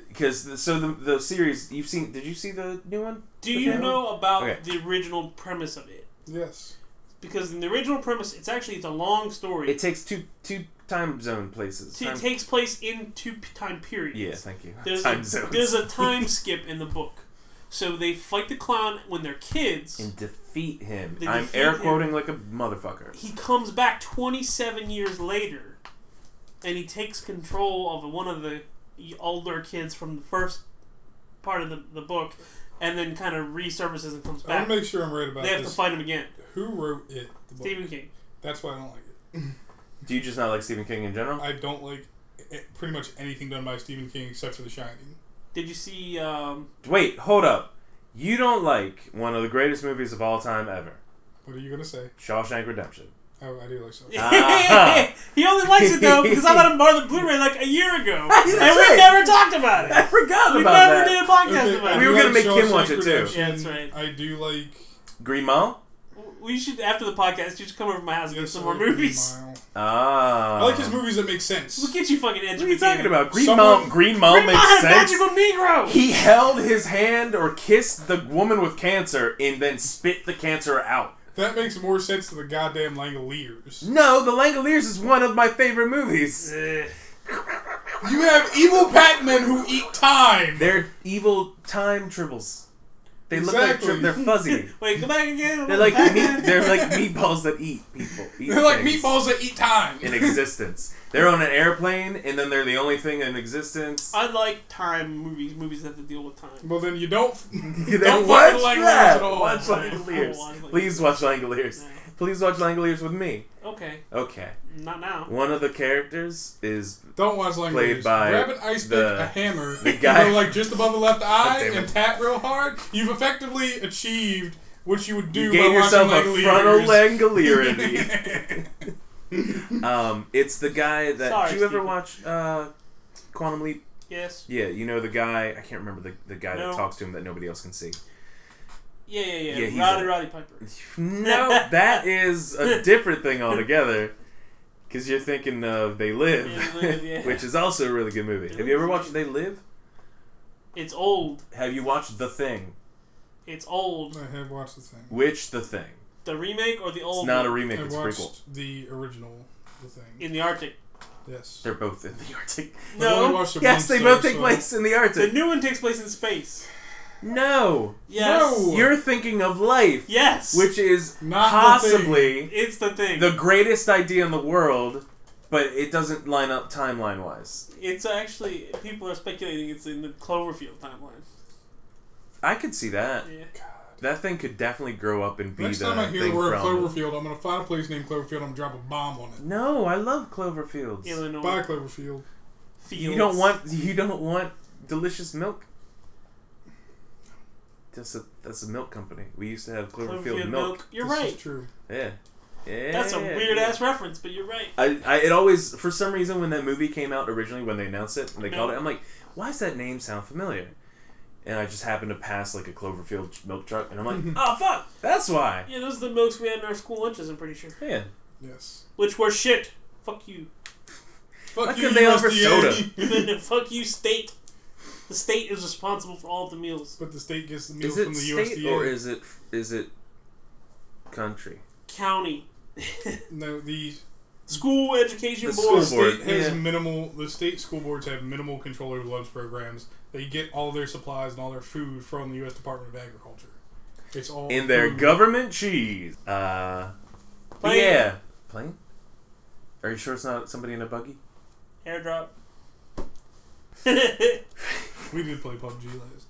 Speaker 1: because so the, the series you've seen did you see the new one
Speaker 3: Do you
Speaker 1: Okay.
Speaker 3: know about
Speaker 1: Okay.
Speaker 3: the original premise of it?
Speaker 2: Yes.
Speaker 3: Because in the original premise, it's actually it's a long story.
Speaker 1: it takes two two time zone places
Speaker 3: T-
Speaker 1: Time-
Speaker 3: it takes place in two p- time periods.
Speaker 1: yeah thank you
Speaker 3: There's
Speaker 1: time
Speaker 3: a,
Speaker 1: zones
Speaker 3: There's a time skip in the book. So they fight the clown when they're kids.
Speaker 1: and defeat him
Speaker 3: They
Speaker 1: I'm
Speaker 3: defeat
Speaker 1: air
Speaker 3: him.
Speaker 1: quoting like a motherfucker
Speaker 3: he comes back 27 years later and he takes control of one of the older kids from the first part of the, the book and then kind of resurfaces and comes
Speaker 2: I
Speaker 3: back.
Speaker 2: want to make sure I'm right about
Speaker 3: They have to
Speaker 2: this.
Speaker 3: fight him again.
Speaker 2: Who wrote it? The book.
Speaker 3: Stephen King.
Speaker 2: That's why I don't like it.
Speaker 1: do you just not like Stephen King in general
Speaker 2: I don't like it, pretty much anything done by Stephen King except for The Shining.
Speaker 3: Did you see um,
Speaker 1: wait hold up you don't like one of the greatest movies of all time ever
Speaker 2: What are you gonna say?
Speaker 1: Shawshank Redemption
Speaker 2: Oh, I do like so.
Speaker 1: Ah.
Speaker 3: he only likes it though because I let him borrow the Blu-ray like a year ago,
Speaker 1: That's
Speaker 3: and we
Speaker 1: right.
Speaker 3: never talked about it.
Speaker 1: forgot
Speaker 3: We never did a podcast
Speaker 2: Okay,
Speaker 3: about
Speaker 2: I
Speaker 3: it.
Speaker 1: We
Speaker 2: do
Speaker 1: were gonna make
Speaker 2: like
Speaker 1: Kim watch
Speaker 2: Shawshank
Speaker 1: it, too.
Speaker 2: Redemption.
Speaker 3: Yeah, that's right.
Speaker 2: I do like.
Speaker 1: Green Mile
Speaker 3: we should after the podcast, you should come over to my house and get
Speaker 2: Yes,
Speaker 3: some
Speaker 2: I
Speaker 3: more
Speaker 2: like Green
Speaker 3: movies.
Speaker 2: Mile.
Speaker 1: Ah.
Speaker 2: I like his movies that make sense.
Speaker 3: We'll get you fucking
Speaker 1: What
Speaker 3: educated.
Speaker 1: are you talking about? Green
Speaker 2: Someone-
Speaker 1: Mile. Green Mile
Speaker 3: Green Mile
Speaker 1: makes
Speaker 3: had
Speaker 1: sense.
Speaker 3: Magical Negro.
Speaker 1: He held his hand or kissed the woman with cancer and then spit the cancer out.
Speaker 2: That makes more sense than the goddamn Langoliers.
Speaker 1: No, The Langoliers is one of my favorite movies.
Speaker 3: Eh,
Speaker 2: You have evil Batmen who eat time.
Speaker 1: They're evil time tribbles. They look like
Speaker 2: Exactly.
Speaker 1: tri- they're fuzzy.
Speaker 3: Wait, come back again.
Speaker 1: They're like
Speaker 3: Back
Speaker 1: meat,
Speaker 3: in.
Speaker 1: they're like meatballs that eat people. Eat
Speaker 2: They're like
Speaker 1: things
Speaker 2: meatballs that eat time.
Speaker 1: in existence. They're on an airplane and then they're the only thing in existence.
Speaker 3: I like time movies. Movies that have to deal with time.
Speaker 2: Well, then you don't.
Speaker 1: Then
Speaker 2: don't
Speaker 1: watch
Speaker 2: watch Langoliers
Speaker 1: that.
Speaker 2: at all.
Speaker 1: Watch
Speaker 3: I don't
Speaker 1: Langoliers.
Speaker 3: watch Langoliers.
Speaker 1: Please watch Langoliers.
Speaker 3: No.
Speaker 1: Please watch Langoliers with me.
Speaker 3: Okay,
Speaker 1: Okay.
Speaker 3: not now.
Speaker 1: One of the characters is
Speaker 2: Don't watch Langoliers.
Speaker 1: Played by
Speaker 2: Grab an ice pick,
Speaker 1: the-
Speaker 2: a hammer,
Speaker 1: the
Speaker 2: you
Speaker 1: guy-
Speaker 2: know, like just above the left eye,
Speaker 1: damn it.
Speaker 2: and tap real hard. You've effectively achieved what you would do
Speaker 1: you
Speaker 2: by
Speaker 1: gave yourself a
Speaker 2: watching
Speaker 1: frontal
Speaker 2: Langoliers.
Speaker 1: Langolier in me. um, it's the guy that
Speaker 3: Sorry,
Speaker 1: did you ever
Speaker 3: Stephen.
Speaker 1: watch uh, Quantum Leap?
Speaker 3: Yes.
Speaker 1: Yeah, you know the guy. I can't remember the, the guy
Speaker 3: No.
Speaker 1: that talks to him that nobody else can see.
Speaker 3: Yeah, yeah,
Speaker 1: Yeah,
Speaker 3: yeah.
Speaker 1: he's
Speaker 3: Roddy
Speaker 1: a-
Speaker 3: Roddy Piper.
Speaker 1: No, that is a different thing altogether. Because you're thinking of They Live,
Speaker 3: They Live, yeah.
Speaker 1: which is also a really good movie.
Speaker 3: They
Speaker 1: Have you
Speaker 3: Live
Speaker 1: ever
Speaker 3: is
Speaker 1: watched They Live?
Speaker 3: It's old.
Speaker 1: Have you watched The Thing?
Speaker 3: It's old.
Speaker 2: I have watched the thing.
Speaker 1: Which The Thing?
Speaker 3: The remake or the
Speaker 1: It's
Speaker 3: old?
Speaker 1: not a
Speaker 3: one?
Speaker 1: remake,
Speaker 2: I
Speaker 1: it's a prequel.
Speaker 2: watched the original. The thing.
Speaker 3: in the Arctic.
Speaker 2: Yes.
Speaker 1: They're both in the Arctic.
Speaker 2: I've only
Speaker 3: No,
Speaker 2: watched it
Speaker 1: Yes,
Speaker 2: once,
Speaker 1: they
Speaker 2: so-
Speaker 1: both take
Speaker 2: so-
Speaker 1: place in the
Speaker 3: the
Speaker 1: Arctic.
Speaker 3: new one takes place in space.
Speaker 1: No.
Speaker 3: Yes.
Speaker 2: No.
Speaker 1: You're thinking of Life,
Speaker 3: Yes.
Speaker 1: which is
Speaker 2: Not the thing.
Speaker 1: possibly
Speaker 3: it's the thing.
Speaker 1: the greatest idea in the world, but it doesn't line up timeline wise.
Speaker 3: it's actually people are speculating it's in the Cloverfield timeline.
Speaker 1: I could see that.
Speaker 3: Yeah.
Speaker 1: That thing could definitely grow up and be
Speaker 2: Next
Speaker 1: the
Speaker 2: time I hear
Speaker 1: thing
Speaker 2: the word
Speaker 1: from.
Speaker 2: Cloverfield, I'm gonna find a place named Cloverfield. I'm gonna drop a bomb on it.
Speaker 1: No, I love Cloverfields.
Speaker 3: Illinois.
Speaker 2: Bye, Cloverfield.
Speaker 3: Fields.
Speaker 1: You don't want you don't want delicious milk. That's a that's a milk company. We used to have Cloverfield, milk.
Speaker 3: You're
Speaker 2: This is
Speaker 3: right.
Speaker 2: true.
Speaker 1: Yeah. Yeah.
Speaker 3: That's a weird ass reference, but you're right.
Speaker 1: I, I it always for some reason when that movie came out originally when they announced it and they called it
Speaker 3: Milk.
Speaker 1: I'm like why does that name sound familiar and I just happened to pass like a Cloverfield milk truck and I'm like
Speaker 3: Oh fuck!
Speaker 1: that's why
Speaker 3: Yeah, those are the milks we had in our school lunches. I'm pretty sure,
Speaker 1: yeah
Speaker 2: Yes.
Speaker 3: which were shit. Fuck you.
Speaker 2: Fuck
Speaker 1: Why
Speaker 2: you,
Speaker 1: couldn't they offer
Speaker 2: USDA.
Speaker 3: Fuck you, state. The state is responsible for all the meals.
Speaker 2: But the state gets the meals
Speaker 1: is
Speaker 2: from
Speaker 1: it
Speaker 2: the
Speaker 1: state
Speaker 2: USDA.
Speaker 1: or is it is it country
Speaker 3: County.
Speaker 2: no, the
Speaker 3: School education
Speaker 1: The
Speaker 3: board.
Speaker 1: school board,
Speaker 2: state has
Speaker 1: yeah.
Speaker 2: minimal. The state school boards have minimal control over lunch programs. They get all their supplies and all their food from the U.S. Department of Agriculture. It's all
Speaker 1: in their
Speaker 2: food.
Speaker 1: government cheese uh but
Speaker 3: Plane.
Speaker 1: yeah plane are you sure it's not somebody in a buggy
Speaker 3: Airdrop.
Speaker 2: We did play PUBG last night.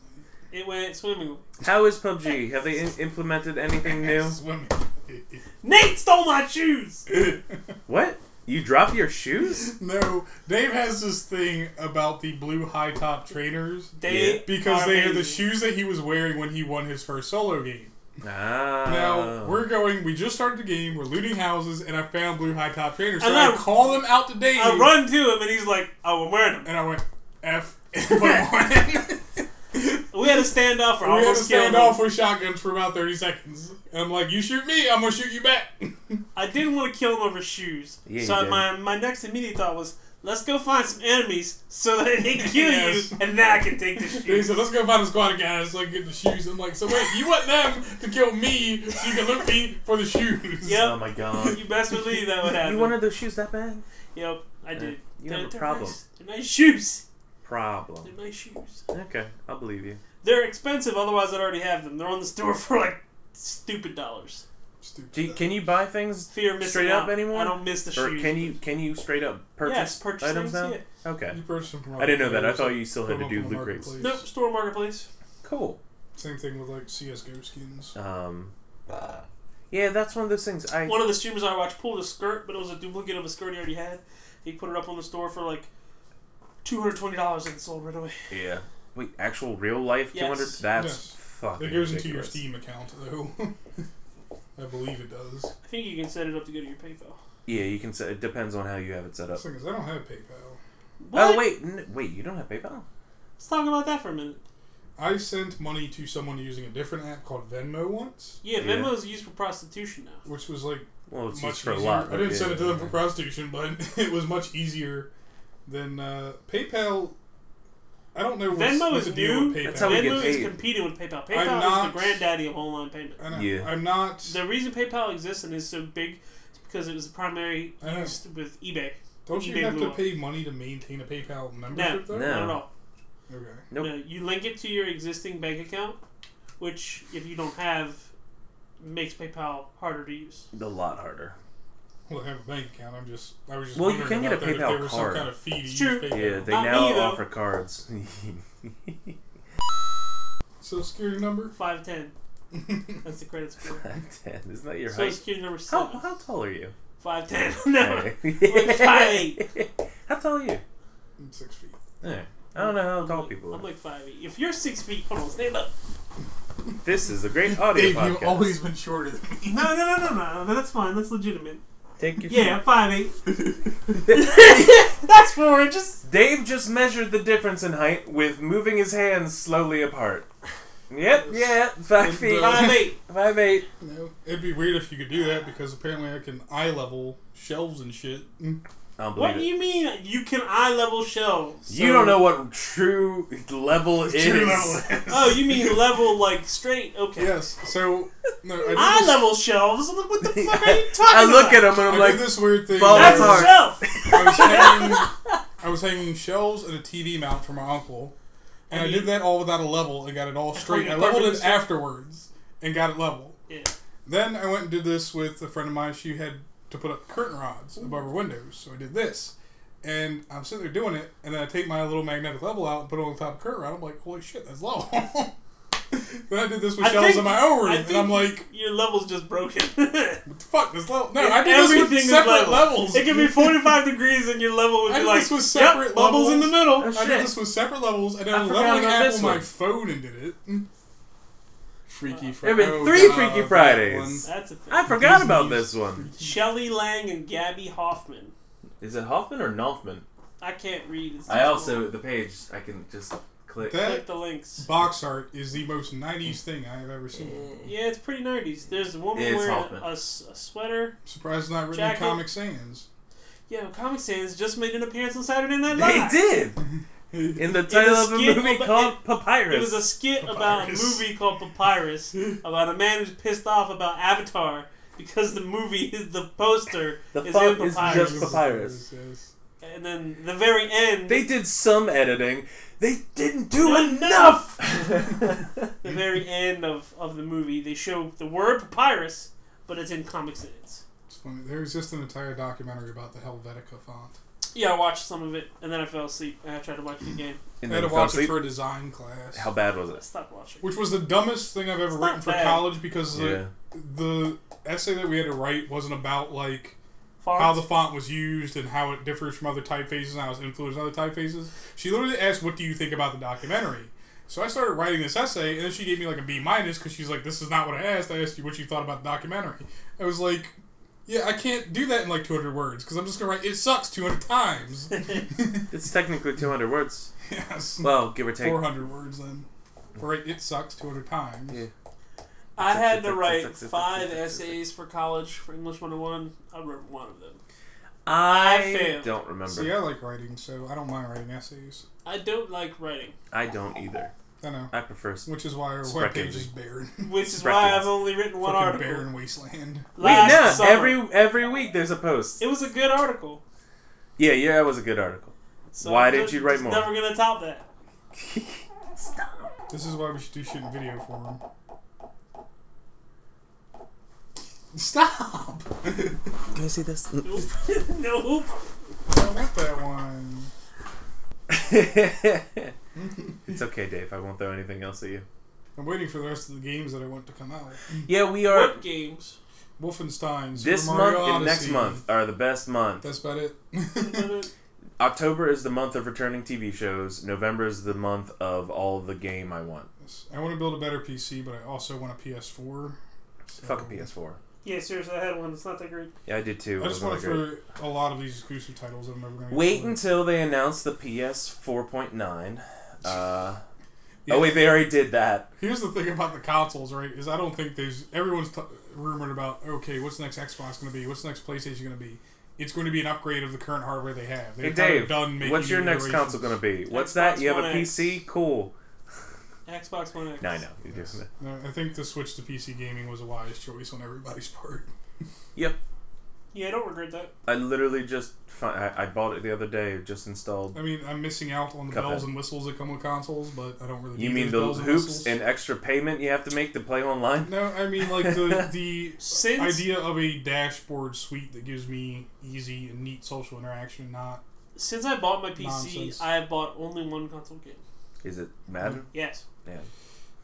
Speaker 3: it went swimmingly.
Speaker 1: how is PUBG have they in- implemented anything new
Speaker 2: Swimming.
Speaker 3: Nate stole my shoes.
Speaker 1: what you drop your shoes
Speaker 2: no, Dave has this thing about the blue high top trainers
Speaker 3: They
Speaker 1: Yeah.
Speaker 2: because
Speaker 3: are
Speaker 2: they are the
Speaker 3: amazing.
Speaker 2: shoes that he was wearing when he won his first solo game.
Speaker 3: Oh.
Speaker 1: ah
Speaker 2: Now we're going. We just started the game. We're looting houses, and I found blue high top trainers. So
Speaker 3: And
Speaker 2: I,
Speaker 3: I-
Speaker 2: call them out today,
Speaker 3: I run to him and he's like, "Oh, I'm wearing them."
Speaker 2: and I went F. and put them on.
Speaker 3: We had a standoff for
Speaker 2: we had to
Speaker 3: almost
Speaker 2: stand
Speaker 3: killed him.
Speaker 2: off with shotguns for about thirty seconds. And I'm like, you shoot me, I'm gonna shoot you back.
Speaker 3: I didn't want to kill him over shoes.
Speaker 1: Yeah, you
Speaker 3: so
Speaker 1: did.
Speaker 3: my my next immediate thought was, let's go find some enemies so that they kill
Speaker 2: Yes.
Speaker 3: you, and then I can take the
Speaker 2: They
Speaker 3: shoes.
Speaker 2: said, let's go find a squad of guys so I can get the shoes. I'm like, so wait, you want them to kill me? So you can loot me for the shoes.
Speaker 3: Yep.
Speaker 1: oh my god
Speaker 3: you best believe that would happen.
Speaker 1: you wanted those shoes that bad
Speaker 3: Yep, I did.
Speaker 1: you
Speaker 3: They're-
Speaker 1: have a
Speaker 3: they're
Speaker 1: problem.
Speaker 3: Nice. They're nice shoes.
Speaker 1: problem
Speaker 3: They're nice shoes.
Speaker 1: Okay, I'll believe you.
Speaker 3: They're expensive, otherwise I'd already have them. They're on the store for like stupid dollars.
Speaker 2: Stupid.
Speaker 1: Do you, can you buy things,
Speaker 3: Fear of missing
Speaker 1: Straight
Speaker 3: out.
Speaker 1: up anymore?
Speaker 3: I don't miss the
Speaker 1: or
Speaker 3: shoes.
Speaker 1: can you can you straight up purchase,
Speaker 3: Yes, purchase
Speaker 1: items
Speaker 3: things,
Speaker 1: now? Okay,
Speaker 2: You purchased them from
Speaker 1: I didn't know that. I
Speaker 2: marketplace.
Speaker 1: thought you still had
Speaker 2: Put
Speaker 1: to
Speaker 2: them
Speaker 1: do
Speaker 2: up on the
Speaker 1: loot crates.
Speaker 2: marketplace.
Speaker 3: Nope, store marketplace.
Speaker 1: cool.
Speaker 2: Same thing with like CS:GO skins.
Speaker 1: Um, yeah, that's one of those things. I
Speaker 3: One of the streamers I watched pulled a skirt, but it was a duplicate of a skirt he already had. He put it up on the store for like two hundred twenty dollars and sold right away.
Speaker 1: yeah. Wait, actual real life two
Speaker 3: Yes.
Speaker 1: hundred? That's
Speaker 2: Yes.
Speaker 1: fucking.
Speaker 2: It goes into your
Speaker 1: ridiculous.
Speaker 2: Steam account though. I believe it does.
Speaker 3: I think you can set it up to go to your PayPal.
Speaker 1: Yeah, you can. Set, it depends on how you have it set up.
Speaker 2: Thing is, I don't have PayPal.
Speaker 3: What?
Speaker 1: Oh wait, n- wait, you don't have PayPal?
Speaker 3: Let's talk about that for a minute.
Speaker 2: I sent money to someone using a different app called Venmo once,
Speaker 3: Yeah,
Speaker 1: Yeah.
Speaker 3: Venmo is used for prostitution now.
Speaker 2: which was like
Speaker 1: Well, it's
Speaker 2: much
Speaker 1: used for
Speaker 2: easier.
Speaker 1: a lot.
Speaker 2: I didn't
Speaker 1: but
Speaker 2: send it to them for
Speaker 1: yeah.
Speaker 2: prostitution, but it was much easier than uh, PayPal. I don't know what's,
Speaker 3: Venmo
Speaker 2: what's
Speaker 3: is
Speaker 2: the deal
Speaker 3: new.
Speaker 2: with PayPal.
Speaker 1: That's how we
Speaker 3: Venmo
Speaker 1: get
Speaker 3: is
Speaker 1: paid.
Speaker 3: competing with PayPal.
Speaker 2: I'm
Speaker 3: PayPal is
Speaker 2: not-
Speaker 3: the granddaddy of online payments.
Speaker 2: I know.
Speaker 1: Yeah.
Speaker 2: I'm not.
Speaker 3: The reason PayPal exists and is so big is because it was primary
Speaker 2: I know.
Speaker 3: used with eBay.
Speaker 2: Don't
Speaker 3: eBay
Speaker 2: you have
Speaker 3: blew
Speaker 2: to
Speaker 3: up.
Speaker 2: pay money to maintain a PayPal membership though?
Speaker 1: No.
Speaker 3: Not at all.
Speaker 2: Okay.
Speaker 1: Nope.
Speaker 3: No, you link it to your existing bank account, which if you don't have, makes PayPal harder to use.
Speaker 1: A lot harder.
Speaker 2: Well, I have a bank account. I'm just. I was just.
Speaker 1: Well, you
Speaker 2: wondering
Speaker 1: can get
Speaker 2: about
Speaker 1: a
Speaker 2: that, if
Speaker 1: PayPal
Speaker 2: there was
Speaker 1: card.
Speaker 2: Some kind of fee to
Speaker 3: It's
Speaker 2: use
Speaker 3: true.
Speaker 1: Yeah,
Speaker 2: PayPal.
Speaker 1: they
Speaker 3: Not
Speaker 1: now
Speaker 3: me, though.
Speaker 1: offer cards.
Speaker 2: Social security number.
Speaker 3: Five ten. That's the credit score.
Speaker 1: Ten. Isn't that your
Speaker 3: Social
Speaker 1: height?
Speaker 3: security number seven.
Speaker 1: How, how tall are you?
Speaker 3: Five ten. no.
Speaker 1: Hey.
Speaker 3: five eight.
Speaker 1: How tall are you?
Speaker 2: I'm six feet.
Speaker 1: Yeah. I don't know how tall people.
Speaker 3: I'm
Speaker 1: Are.
Speaker 3: like five eight. If you're six feet, hold on, stand up.
Speaker 1: This is a great audio podcast.
Speaker 2: been shorter than me.
Speaker 3: No, no, no, no, no, no. That's fine. That's legitimate.
Speaker 1: Take your
Speaker 3: Yeah, five eight. that's four inches.
Speaker 1: Dave just measured the difference in height with moving his hands slowly apart. Yep, yeah, five
Speaker 2: With
Speaker 1: feet,
Speaker 2: the-
Speaker 3: Five eight.
Speaker 1: five eight.
Speaker 2: No, it'd be weird if you could do that because apparently I can eye level shelves and shit.
Speaker 1: I don't
Speaker 3: What
Speaker 1: believe
Speaker 3: do
Speaker 1: it.
Speaker 3: you mean? You can eye level shelves.
Speaker 1: You don't know what true level is.
Speaker 3: Oh, you mean level like straight? Okay.
Speaker 2: Yes. So no, I, did
Speaker 3: Eye
Speaker 2: this,
Speaker 3: level shelves. Look, what the fuck are you talking
Speaker 1: I
Speaker 3: about?
Speaker 1: look at him and
Speaker 2: I
Speaker 1: I'm like,
Speaker 2: did this weird thing.
Speaker 1: Balls
Speaker 3: That's
Speaker 2: where
Speaker 1: hard.
Speaker 3: a shelf.
Speaker 2: I was hanging, I was hanging shelves and a TV mount for my uncle, and,
Speaker 3: And
Speaker 2: I
Speaker 3: you-
Speaker 2: did that all without a level and got it all straight.
Speaker 3: you
Speaker 2: I leveled
Speaker 3: perfectly
Speaker 2: it
Speaker 3: straight.
Speaker 2: afterwards and got it level.
Speaker 3: Yeah.
Speaker 2: Then I went and did this with a friend of mine. She had to put up curtain rods above her windows, so I did this. And I'm sitting there doing it, and then I take my little magnetic level out and put it on the top of the curtain rod. I'm like, holy shit, that's low. then I did this with
Speaker 3: I
Speaker 2: shelves
Speaker 3: think-
Speaker 2: in my own room,
Speaker 3: I
Speaker 2: and
Speaker 3: think
Speaker 2: I'm like,
Speaker 3: your level's just broken.
Speaker 2: what the fuck, that's low. No, I did this with
Speaker 3: Everything is
Speaker 2: separate
Speaker 3: level.
Speaker 2: levels.
Speaker 3: It could be 45 degrees and your level would
Speaker 2: I
Speaker 3: be
Speaker 2: did
Speaker 3: like
Speaker 2: this with
Speaker 3: yep,
Speaker 2: separate
Speaker 3: bubbles in the middle.
Speaker 1: oh,
Speaker 2: I did
Speaker 1: shit.
Speaker 2: this with separate levels, and then
Speaker 1: I
Speaker 2: I
Speaker 1: forgot
Speaker 2: leveled
Speaker 1: about
Speaker 2: app
Speaker 1: this
Speaker 2: on my
Speaker 1: one.
Speaker 2: phone and did it.
Speaker 3: Uh,
Speaker 2: Freaky oh,
Speaker 1: There've
Speaker 2: Friday.
Speaker 1: been three Freaky Fridays.
Speaker 3: That's a thing.
Speaker 1: I forgot
Speaker 2: Disney's-
Speaker 1: about this one.
Speaker 3: Shelley Lang and Gabby Hoffman.
Speaker 1: Is it Hoffman or Nolfman?
Speaker 3: I can't read. It's
Speaker 1: I
Speaker 3: too
Speaker 1: also
Speaker 3: small.
Speaker 1: the page I can just click.
Speaker 3: click
Speaker 2: That
Speaker 3: the links.
Speaker 2: box art is the most 90s thing I have ever seen.
Speaker 3: Yeah, it's pretty nerdy. There's a woman
Speaker 1: It's
Speaker 3: wearing a,
Speaker 1: Hoffman.
Speaker 3: a s- a sweater.
Speaker 2: Surprised it's not written in
Speaker 3: Jacket.
Speaker 2: Comic Sans.
Speaker 3: Yeah, Comic Sans just made an appearance on Saturday Night
Speaker 1: They
Speaker 3: Live.
Speaker 1: did in the title of a
Speaker 3: skit
Speaker 1: movie
Speaker 3: of-
Speaker 1: called
Speaker 3: It was
Speaker 1: Papyrus.
Speaker 3: a skit about a
Speaker 2: Papyrus.
Speaker 3: movie called Papyrus about a man who's pissed off about Avatar because the movie is the poster
Speaker 1: The
Speaker 3: is in
Speaker 1: font is
Speaker 3: Papyrus.
Speaker 1: just papyrus.
Speaker 2: Yes.
Speaker 3: and then the very end
Speaker 1: They did some editing. They didn't do
Speaker 3: Enough!
Speaker 1: enough.
Speaker 3: the very end of, of the movie they show the word papyrus but it's in comic sans
Speaker 2: It's funny. There's just an entire documentary about the Helvetica font.
Speaker 3: yeah i watched some of it and then i fell asleep and i tried to watch it again
Speaker 1: and
Speaker 2: I
Speaker 1: then
Speaker 2: had to
Speaker 1: fell
Speaker 2: watch it
Speaker 1: asleep.
Speaker 2: for a design class.
Speaker 1: How bad was
Speaker 3: i
Speaker 1: it?
Speaker 3: stopped watching
Speaker 2: Which was the dumbest thing I've ever
Speaker 3: It's not
Speaker 2: written for
Speaker 3: bad.
Speaker 2: college because the, the essay that we had to write wasn't about, like, how the
Speaker 3: Fonts?
Speaker 2: font was used and how it differs from other typefaces and how it's influenced other typefaces. She literally asked, "What do you think about the documentary?" So I started writing this essay, and then she gave me like a B minus because she's like, "This is not what I asked. I asked you what you thought about the documentary." I was like, "Yeah, I can't do that in like 200 words because I'm just gonna write it sucks 200 times."
Speaker 1: It's technically 200 words.
Speaker 2: yes,
Speaker 1: Well, give or take.
Speaker 2: 400 words then. Right, it sucks 200 times.
Speaker 1: Yeah.
Speaker 3: i had to write five essays for college for english 101 i wrote one of them I
Speaker 1: I
Speaker 3: failed.
Speaker 1: don't remember.
Speaker 2: See, I like writing, so I don't mind writing essays.
Speaker 3: i don't like writing
Speaker 1: I don't either.
Speaker 2: I know,
Speaker 1: I prefer. s-
Speaker 2: which is why our
Speaker 1: Sprechen
Speaker 2: webpage
Speaker 1: Sie.
Speaker 2: is barren,
Speaker 3: which is
Speaker 1: Sprechen
Speaker 3: why
Speaker 1: Sie.
Speaker 3: i've only written one
Speaker 2: fucking
Speaker 3: article
Speaker 2: barren wasteland.
Speaker 1: Wait,
Speaker 3: last
Speaker 1: no.
Speaker 3: summer.
Speaker 1: Every every week there's a post.
Speaker 3: it was a good article
Speaker 1: Yeah, yeah, that was a good article.
Speaker 3: so
Speaker 1: Why
Speaker 3: I'm
Speaker 1: didn't
Speaker 3: just-
Speaker 1: you write
Speaker 3: just
Speaker 1: more?
Speaker 3: never gonna top that
Speaker 2: This is why we should do shit in video form. Stop!
Speaker 1: Can I see this?
Speaker 3: nope nope
Speaker 2: I want that one.
Speaker 1: it's okay, Dave. I won't throw anything else at you.
Speaker 2: I'm waiting for the rest of the games that I want to come out.
Speaker 1: Yeah, we are.
Speaker 3: what games
Speaker 2: Wolfenstein, Super
Speaker 1: This
Speaker 2: Mario
Speaker 1: month and next
Speaker 2: Odyssey.
Speaker 1: month are the best month.
Speaker 2: That's about it.
Speaker 1: October is the month of returning TV shows. November is the month of all the game I want.
Speaker 2: I want to build a better PC, but I also want a PS4. So
Speaker 1: Fuck a PS4.
Speaker 3: yeah seriously i had one it's not that great
Speaker 1: Yeah, I did too.
Speaker 2: Oh. I
Speaker 1: It
Speaker 2: just
Speaker 1: wasn't
Speaker 2: want
Speaker 1: that great.
Speaker 2: for a lot of these exclusive titles that I'm never going to
Speaker 1: Wait until they announce the PS 4.9. Uh, Oh wait, they already did that.
Speaker 2: Here's the thing about the consoles, right? Is I don't think there's everyone's t- rumored about. Okay, what's the next Xbox going to be? What's the next PlayStation going to be? It's going to be an upgrade of the current hardware they have. They're
Speaker 1: Hey
Speaker 2: kind of
Speaker 1: Dave,
Speaker 2: done making
Speaker 1: what's your
Speaker 2: new
Speaker 1: next
Speaker 2: iterations.
Speaker 1: console gonna be? What's
Speaker 3: Xbox
Speaker 1: that? You have a
Speaker 3: One X.
Speaker 1: PC? Cool.
Speaker 3: Xbox One X.
Speaker 1: No, I know. You're doing that.
Speaker 2: No, I think the switch to PC gaming was a wise choice on everybody's part.
Speaker 1: Yep.
Speaker 3: Yeah, I don't regret that.
Speaker 1: I literally just fi- I, I bought it the other day. Just installed.
Speaker 2: I mean, I'm missing out on the
Speaker 1: Cuphead.
Speaker 2: bells and whistles that come with consoles, but I don't really.
Speaker 1: You
Speaker 2: need
Speaker 1: mean
Speaker 2: those
Speaker 1: the
Speaker 2: bells
Speaker 1: hoops
Speaker 2: whistles.
Speaker 1: and extra payment you have to make to play online?
Speaker 2: No, I mean like the the
Speaker 3: Since
Speaker 2: idea of a dashboard suite that gives me easy and neat social interaction, not
Speaker 3: since I bought my PC,
Speaker 2: Nonsense.
Speaker 3: I have bought only one console game.
Speaker 1: Is it Madden?
Speaker 3: Yes,
Speaker 1: Yeah.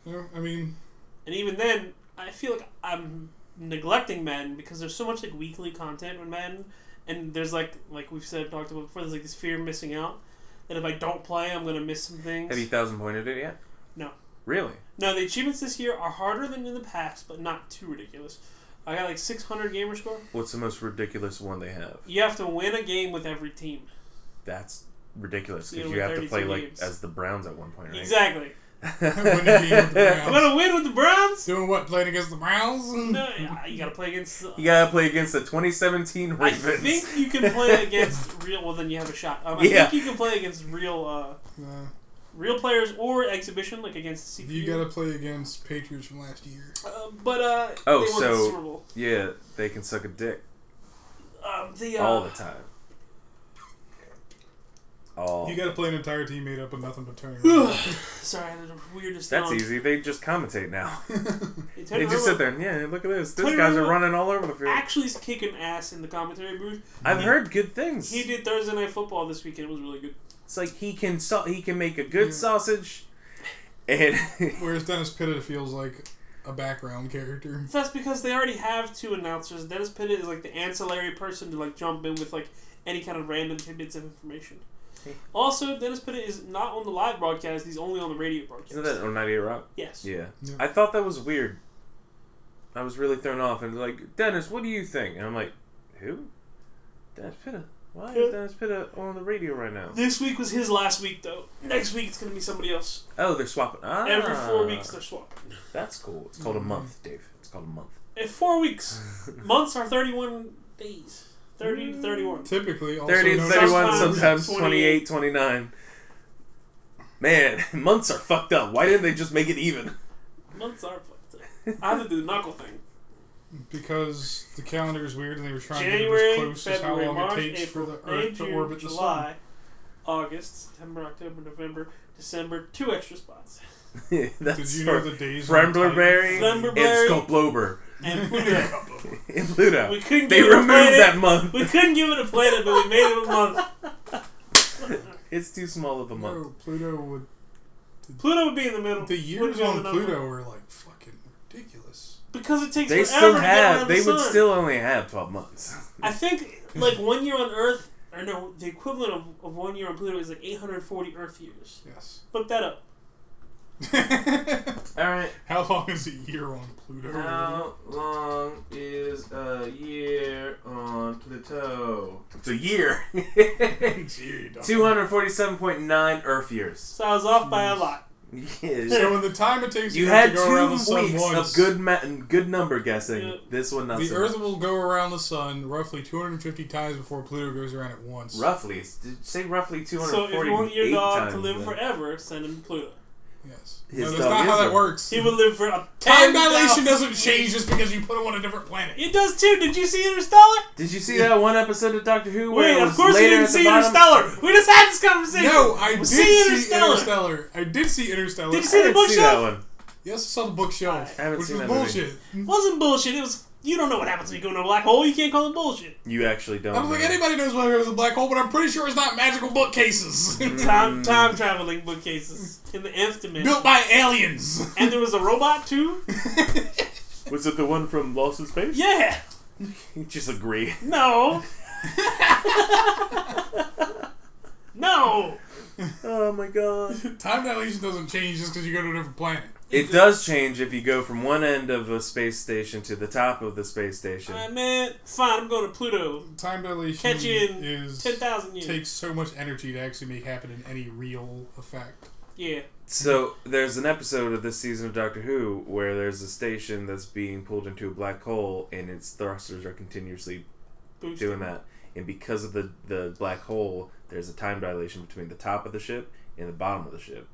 Speaker 2: you know, I mean
Speaker 3: and even then, I feel like I'm neglecting Madden because there's so much like weekly content with Madden, and there's like like we've said talked about before. There's like this fear of missing out that if I don't play, I'm gonna miss some things.
Speaker 1: Have you thousand pointed it yet?
Speaker 3: No.
Speaker 1: Really?
Speaker 3: No, the achievements this year are harder than in the past, but not too ridiculous. I got like 600 gamer score.
Speaker 1: What's the most ridiculous one they have?
Speaker 3: You have to win a game with every team.
Speaker 1: That's ridiculous
Speaker 3: So you
Speaker 1: because you
Speaker 3: only
Speaker 1: have to
Speaker 3: 32
Speaker 1: play like
Speaker 3: games.
Speaker 1: as the Browns at one point, right?
Speaker 3: Exactly.
Speaker 2: Win a game with the
Speaker 3: I'm
Speaker 2: Browns.
Speaker 3: gonna win with the Browns.
Speaker 2: doing what playing against the Browns.
Speaker 3: No, yeah, you gotta play against.
Speaker 1: you gotta play against the 2017
Speaker 3: I
Speaker 1: Ravens.
Speaker 3: think you can play against real. Well, then you have a shot. Um, I
Speaker 1: Yeah.
Speaker 3: think you can play against real, uh,
Speaker 2: Uh,
Speaker 3: real players or exhibition, like against the CPU.
Speaker 2: you got to play against Patriots from last year.
Speaker 3: Uh, but uh,
Speaker 1: Oh,
Speaker 3: they won the
Speaker 1: so-
Speaker 3: Super Bowl.
Speaker 1: yeah, they can suck a dick
Speaker 3: Um, the, uh,
Speaker 1: all the time. All.
Speaker 2: You got to play an entire team made up of nothing but Tony. Romo.
Speaker 3: Sorry, I had the weirdest.
Speaker 1: That's
Speaker 3: yawn.
Speaker 1: easy. They just commentate now.
Speaker 3: Hey, Teddy
Speaker 1: They just
Speaker 3: Romo
Speaker 1: sit there and yeah, look at this. These
Speaker 3: Teddy
Speaker 1: guys are
Speaker 3: Romo
Speaker 1: running all over the field.
Speaker 3: Actually, is kicking ass in the commentary booth.
Speaker 1: I've heard good things.
Speaker 3: He did Thursday Night Football this weekend. It was really good.
Speaker 1: It's like he can sa- he can make a good
Speaker 2: Yeah.
Speaker 1: sausage, and
Speaker 2: Whereas Dennis Pitta feels like a background character.
Speaker 3: That's because they already have two announcers. Dennis Pitta is like the ancillary person to like jump in with like any kind of random tidbits of information.
Speaker 1: Hey.
Speaker 3: Also, Dennis Pitta is not on the live broadcast. He's only on the radio broadcast.
Speaker 1: isn't that on 98 Rock?
Speaker 3: yes.
Speaker 1: Yeah.
Speaker 2: Yeah.
Speaker 1: I thought that was weird. I was really thrown off and like, Dennis, what do you think? And I'm like, who? Dennis Pitta. Why
Speaker 3: Yeah.
Speaker 1: is Dennis Pitta on the radio right now?
Speaker 3: This week was his last week, though. Next week it's gonna be somebody else.
Speaker 1: Oh, they're swapping. Ah,
Speaker 3: Every four weeks they're swapping.
Speaker 1: That's cool. It's called a month, Dave. It's called a month.
Speaker 3: If four weeks, months are thirty-one days. Thirty
Speaker 1: Mm.
Speaker 3: to thirty-one.
Speaker 2: Typically, also
Speaker 1: 30,
Speaker 2: known as-
Speaker 1: 31,
Speaker 3: Sometimes
Speaker 1: sometimes
Speaker 3: 28.
Speaker 1: 28, 29. Man, months are fucked up. Why didn't they just make it even?
Speaker 3: Months are fucked up. I have to do the knuckle thing.
Speaker 2: because the calendar is weird and they were trying
Speaker 3: January,
Speaker 2: to get it as close
Speaker 3: February,
Speaker 2: as how long
Speaker 3: March,
Speaker 2: it takes
Speaker 3: April,
Speaker 2: for the
Speaker 3: May,
Speaker 2: Earth
Speaker 3: June,
Speaker 2: to orbit the
Speaker 3: July, August, September, October, November, December. Two extra spots.
Speaker 2: Sun. Did
Speaker 1: That's
Speaker 2: you know
Speaker 1: for
Speaker 2: the days? on
Speaker 1: Bremblerberry
Speaker 2: Titan?
Speaker 1: and
Speaker 3: Bremblerberry.
Speaker 1: Sculplober
Speaker 3: And Pluto.
Speaker 1: in Pluto.
Speaker 3: we couldn't.
Speaker 1: They
Speaker 3: give it a
Speaker 1: removed
Speaker 3: planet.
Speaker 1: that month.
Speaker 3: We couldn't give it a planet, but we made it a month.
Speaker 1: It's too small of a month.
Speaker 2: No, Pluto would.
Speaker 3: Pluto would be in the middle.
Speaker 2: The
Speaker 3: Wouldn't
Speaker 2: years
Speaker 3: be
Speaker 2: on
Speaker 3: the number.
Speaker 2: Pluto were like fucking ridiculous.
Speaker 3: because it takes
Speaker 1: They
Speaker 3: forever
Speaker 1: still
Speaker 3: to get
Speaker 1: have.
Speaker 3: around
Speaker 1: They
Speaker 3: the
Speaker 1: would
Speaker 3: sun.
Speaker 1: still only have twelve months.
Speaker 3: I think like one year on Earth, or no, the equivalent of, of one year on Pluto is like 840 Earth years.
Speaker 2: Yes.
Speaker 3: Look that up.
Speaker 1: All right.
Speaker 2: how long is a year on Pluto?
Speaker 1: long is a year on Pluto? It's a year.
Speaker 2: Gee, dog.
Speaker 1: Two hundred forty-seven point nine Earth years.
Speaker 3: So I was off by a
Speaker 1: Mm.
Speaker 3: lot.
Speaker 1: Yes.
Speaker 2: So when the time it takes
Speaker 1: You
Speaker 2: the Earth
Speaker 1: had
Speaker 2: to go around the
Speaker 1: two
Speaker 2: sun
Speaker 1: weeks
Speaker 2: once,
Speaker 1: of good ma- good number guessing.
Speaker 3: Yeah.
Speaker 1: This one not
Speaker 2: the
Speaker 1: so
Speaker 2: Earth
Speaker 1: much.
Speaker 2: will go around the sun roughly 250 times before Pluto goes around it once.
Speaker 1: Roughly, s- say roughly two hundred
Speaker 3: So if
Speaker 1: forty-eight
Speaker 3: you want your dog
Speaker 1: times
Speaker 3: to live
Speaker 1: then.
Speaker 3: forever, send him to Pluto.
Speaker 2: Yes.
Speaker 1: His
Speaker 2: no, that's
Speaker 1: dog
Speaker 2: not how
Speaker 1: is
Speaker 2: that
Speaker 1: a-
Speaker 2: works.
Speaker 3: He would live for a
Speaker 2: Time
Speaker 3: 10,000
Speaker 2: dilation doesn't change just because you put him on a different planet.
Speaker 3: It does too. Did you see Interstellar?
Speaker 1: Did you see that one episode of Doctor Who? where
Speaker 3: Wait,
Speaker 1: it
Speaker 3: of
Speaker 1: was
Speaker 3: course you
Speaker 1: later
Speaker 3: didn't
Speaker 1: at the
Speaker 3: see
Speaker 1: bottom?
Speaker 3: Interstellar. We just had this conversation.
Speaker 2: No, I
Speaker 3: We'll
Speaker 2: did
Speaker 3: see
Speaker 2: see
Speaker 3: Interstellar.
Speaker 2: Interstellar. I did see Interstellar.
Speaker 3: Did you
Speaker 1: I
Speaker 3: see the
Speaker 1: didn't
Speaker 3: bookshelf?
Speaker 1: that one.
Speaker 2: Yes, I saw the bookshelf,
Speaker 1: I haven't
Speaker 2: which
Speaker 1: seen
Speaker 2: was
Speaker 1: that movie.
Speaker 2: bullshit.
Speaker 3: It wasn't bullshit. It was. You don't know what happens when you go into a black hole. You can't call it bullshit.
Speaker 1: You actually don't.
Speaker 2: I don't think
Speaker 1: know.
Speaker 2: anybody knows why there was a black hole, but I'm pretty sure it's not magical bookcases
Speaker 1: Hmm. Mm-hmm.
Speaker 3: Time time traveling bookcases in the nth dimension.
Speaker 2: built by aliens.
Speaker 3: And there was a robot too.
Speaker 1: Was it the one from Lost in Space?
Speaker 3: Yeah.
Speaker 1: Just agree.
Speaker 3: No. no.
Speaker 1: Oh my god.
Speaker 2: Time dilation doesn't change just because you go to a different planet.
Speaker 1: It does change if you go from one end of a space station to the top of the space station.
Speaker 3: I man, fine. I'm going to Pluto.
Speaker 2: Time dilation
Speaker 3: Catch you in
Speaker 2: is
Speaker 3: Ten thousand years.
Speaker 2: takes so much energy to actually make happen in any real effect.
Speaker 3: Yeah.
Speaker 1: So there's an episode of this season of Doctor Who where there's a station that's being pulled into a black hole and its thrusters are continuously
Speaker 3: Boost.
Speaker 1: doing that. And because of the the black hole, there's a time dilation between the top of the ship and the bottom of the ship.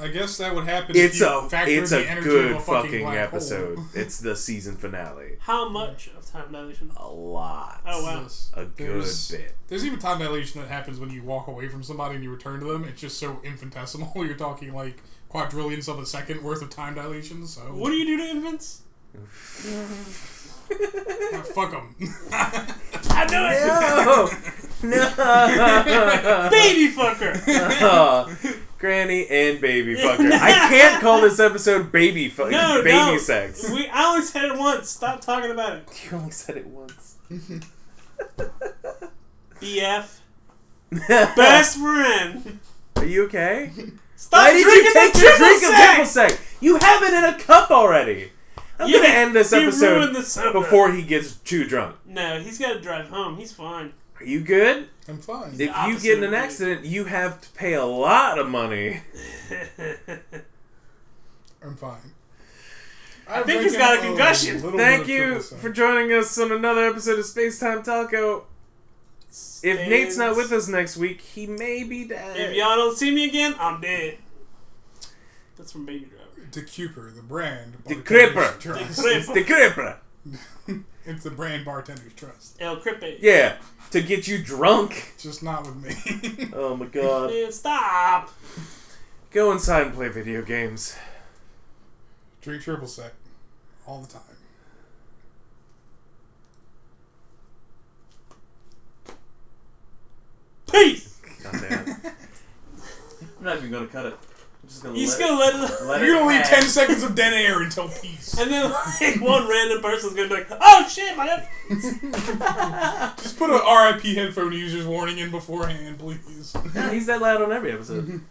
Speaker 2: I guess that would happen. if
Speaker 1: It's
Speaker 2: you
Speaker 1: a
Speaker 2: factor
Speaker 1: it's
Speaker 2: the
Speaker 1: a
Speaker 2: energy of
Speaker 1: good
Speaker 2: a fucking,
Speaker 1: fucking
Speaker 2: black hole.
Speaker 1: episode. it's the season finale.
Speaker 3: How much of time dilation?
Speaker 1: A lot.
Speaker 3: Oh, wow.
Speaker 2: Yes.
Speaker 1: A good
Speaker 2: There's-
Speaker 1: bit.
Speaker 2: There's even time dilation that happens when you walk away from somebody and you return to them. It's just so infinitesimal. You're talking like quadrillions of a second worth of time dilation. So
Speaker 3: What do you do to infants?
Speaker 2: Ah, fuck them.
Speaker 3: I knew it.
Speaker 1: No, no.
Speaker 3: Baby fucker.
Speaker 1: Oh, granny and baby fucker. I can't call this episode baby fuck
Speaker 3: No,
Speaker 1: baby
Speaker 3: no.
Speaker 1: sex.
Speaker 3: We I only said it once. Stop talking about it.
Speaker 1: You only said it once.
Speaker 3: BF. Best friend.
Speaker 1: Are you okay?
Speaker 3: Stop
Speaker 1: Why did
Speaker 3: drinking
Speaker 1: you take
Speaker 3: the
Speaker 1: your
Speaker 3: triple
Speaker 1: drink of
Speaker 3: sec.
Speaker 1: triple sec? You have it in a cup already. I'm
Speaker 3: Yeah,
Speaker 1: gonna end this
Speaker 3: he ruined
Speaker 1: episode
Speaker 3: the summer.
Speaker 1: before he gets too drunk.
Speaker 3: No, he's got to drive home. He's fine.
Speaker 1: Are you good?
Speaker 2: I'm fine.
Speaker 1: If you
Speaker 3: opposite
Speaker 1: get in
Speaker 3: of
Speaker 1: an
Speaker 3: me.
Speaker 1: accident, you have to pay a lot of money.
Speaker 2: I'm fine. I,
Speaker 3: think
Speaker 2: break
Speaker 3: he's got
Speaker 2: out
Speaker 3: a concussion.
Speaker 2: little
Speaker 1: Thank
Speaker 2: bit of
Speaker 1: you
Speaker 2: triple sec.
Speaker 1: for joining us on another episode of Space Time Taco. If Nate's not with us next week, he may be dead.
Speaker 3: if y'all don't see me again, I'm dead. That's from Baby Driver.
Speaker 2: the Cooper, the brand.
Speaker 1: The
Speaker 2: Bartenders
Speaker 1: Creeper.
Speaker 2: Trust.
Speaker 3: Creeper.
Speaker 1: It's the creeper.
Speaker 2: It's the brand bartenders trust.
Speaker 3: El Cripe.
Speaker 1: Yeah, to get you drunk.
Speaker 2: Just not with me.
Speaker 1: Oh my god.
Speaker 3: Man, stop.
Speaker 1: Go inside and play video games.
Speaker 2: Drink triple sec all the time.
Speaker 3: Peace.
Speaker 1: God damn it. I'm not even gonna cut it. I'm just gonna
Speaker 3: He's
Speaker 1: let
Speaker 3: gonna let it.
Speaker 1: it- let
Speaker 2: You're
Speaker 1: it
Speaker 2: gonna leave
Speaker 1: hang.
Speaker 2: ten seconds of dead air until peace.
Speaker 3: And then like one random person's gonna be like, "Oh shit, my head."
Speaker 2: Just put a RIP headphone users warning in beforehand, please.
Speaker 1: He's that loud on every episode.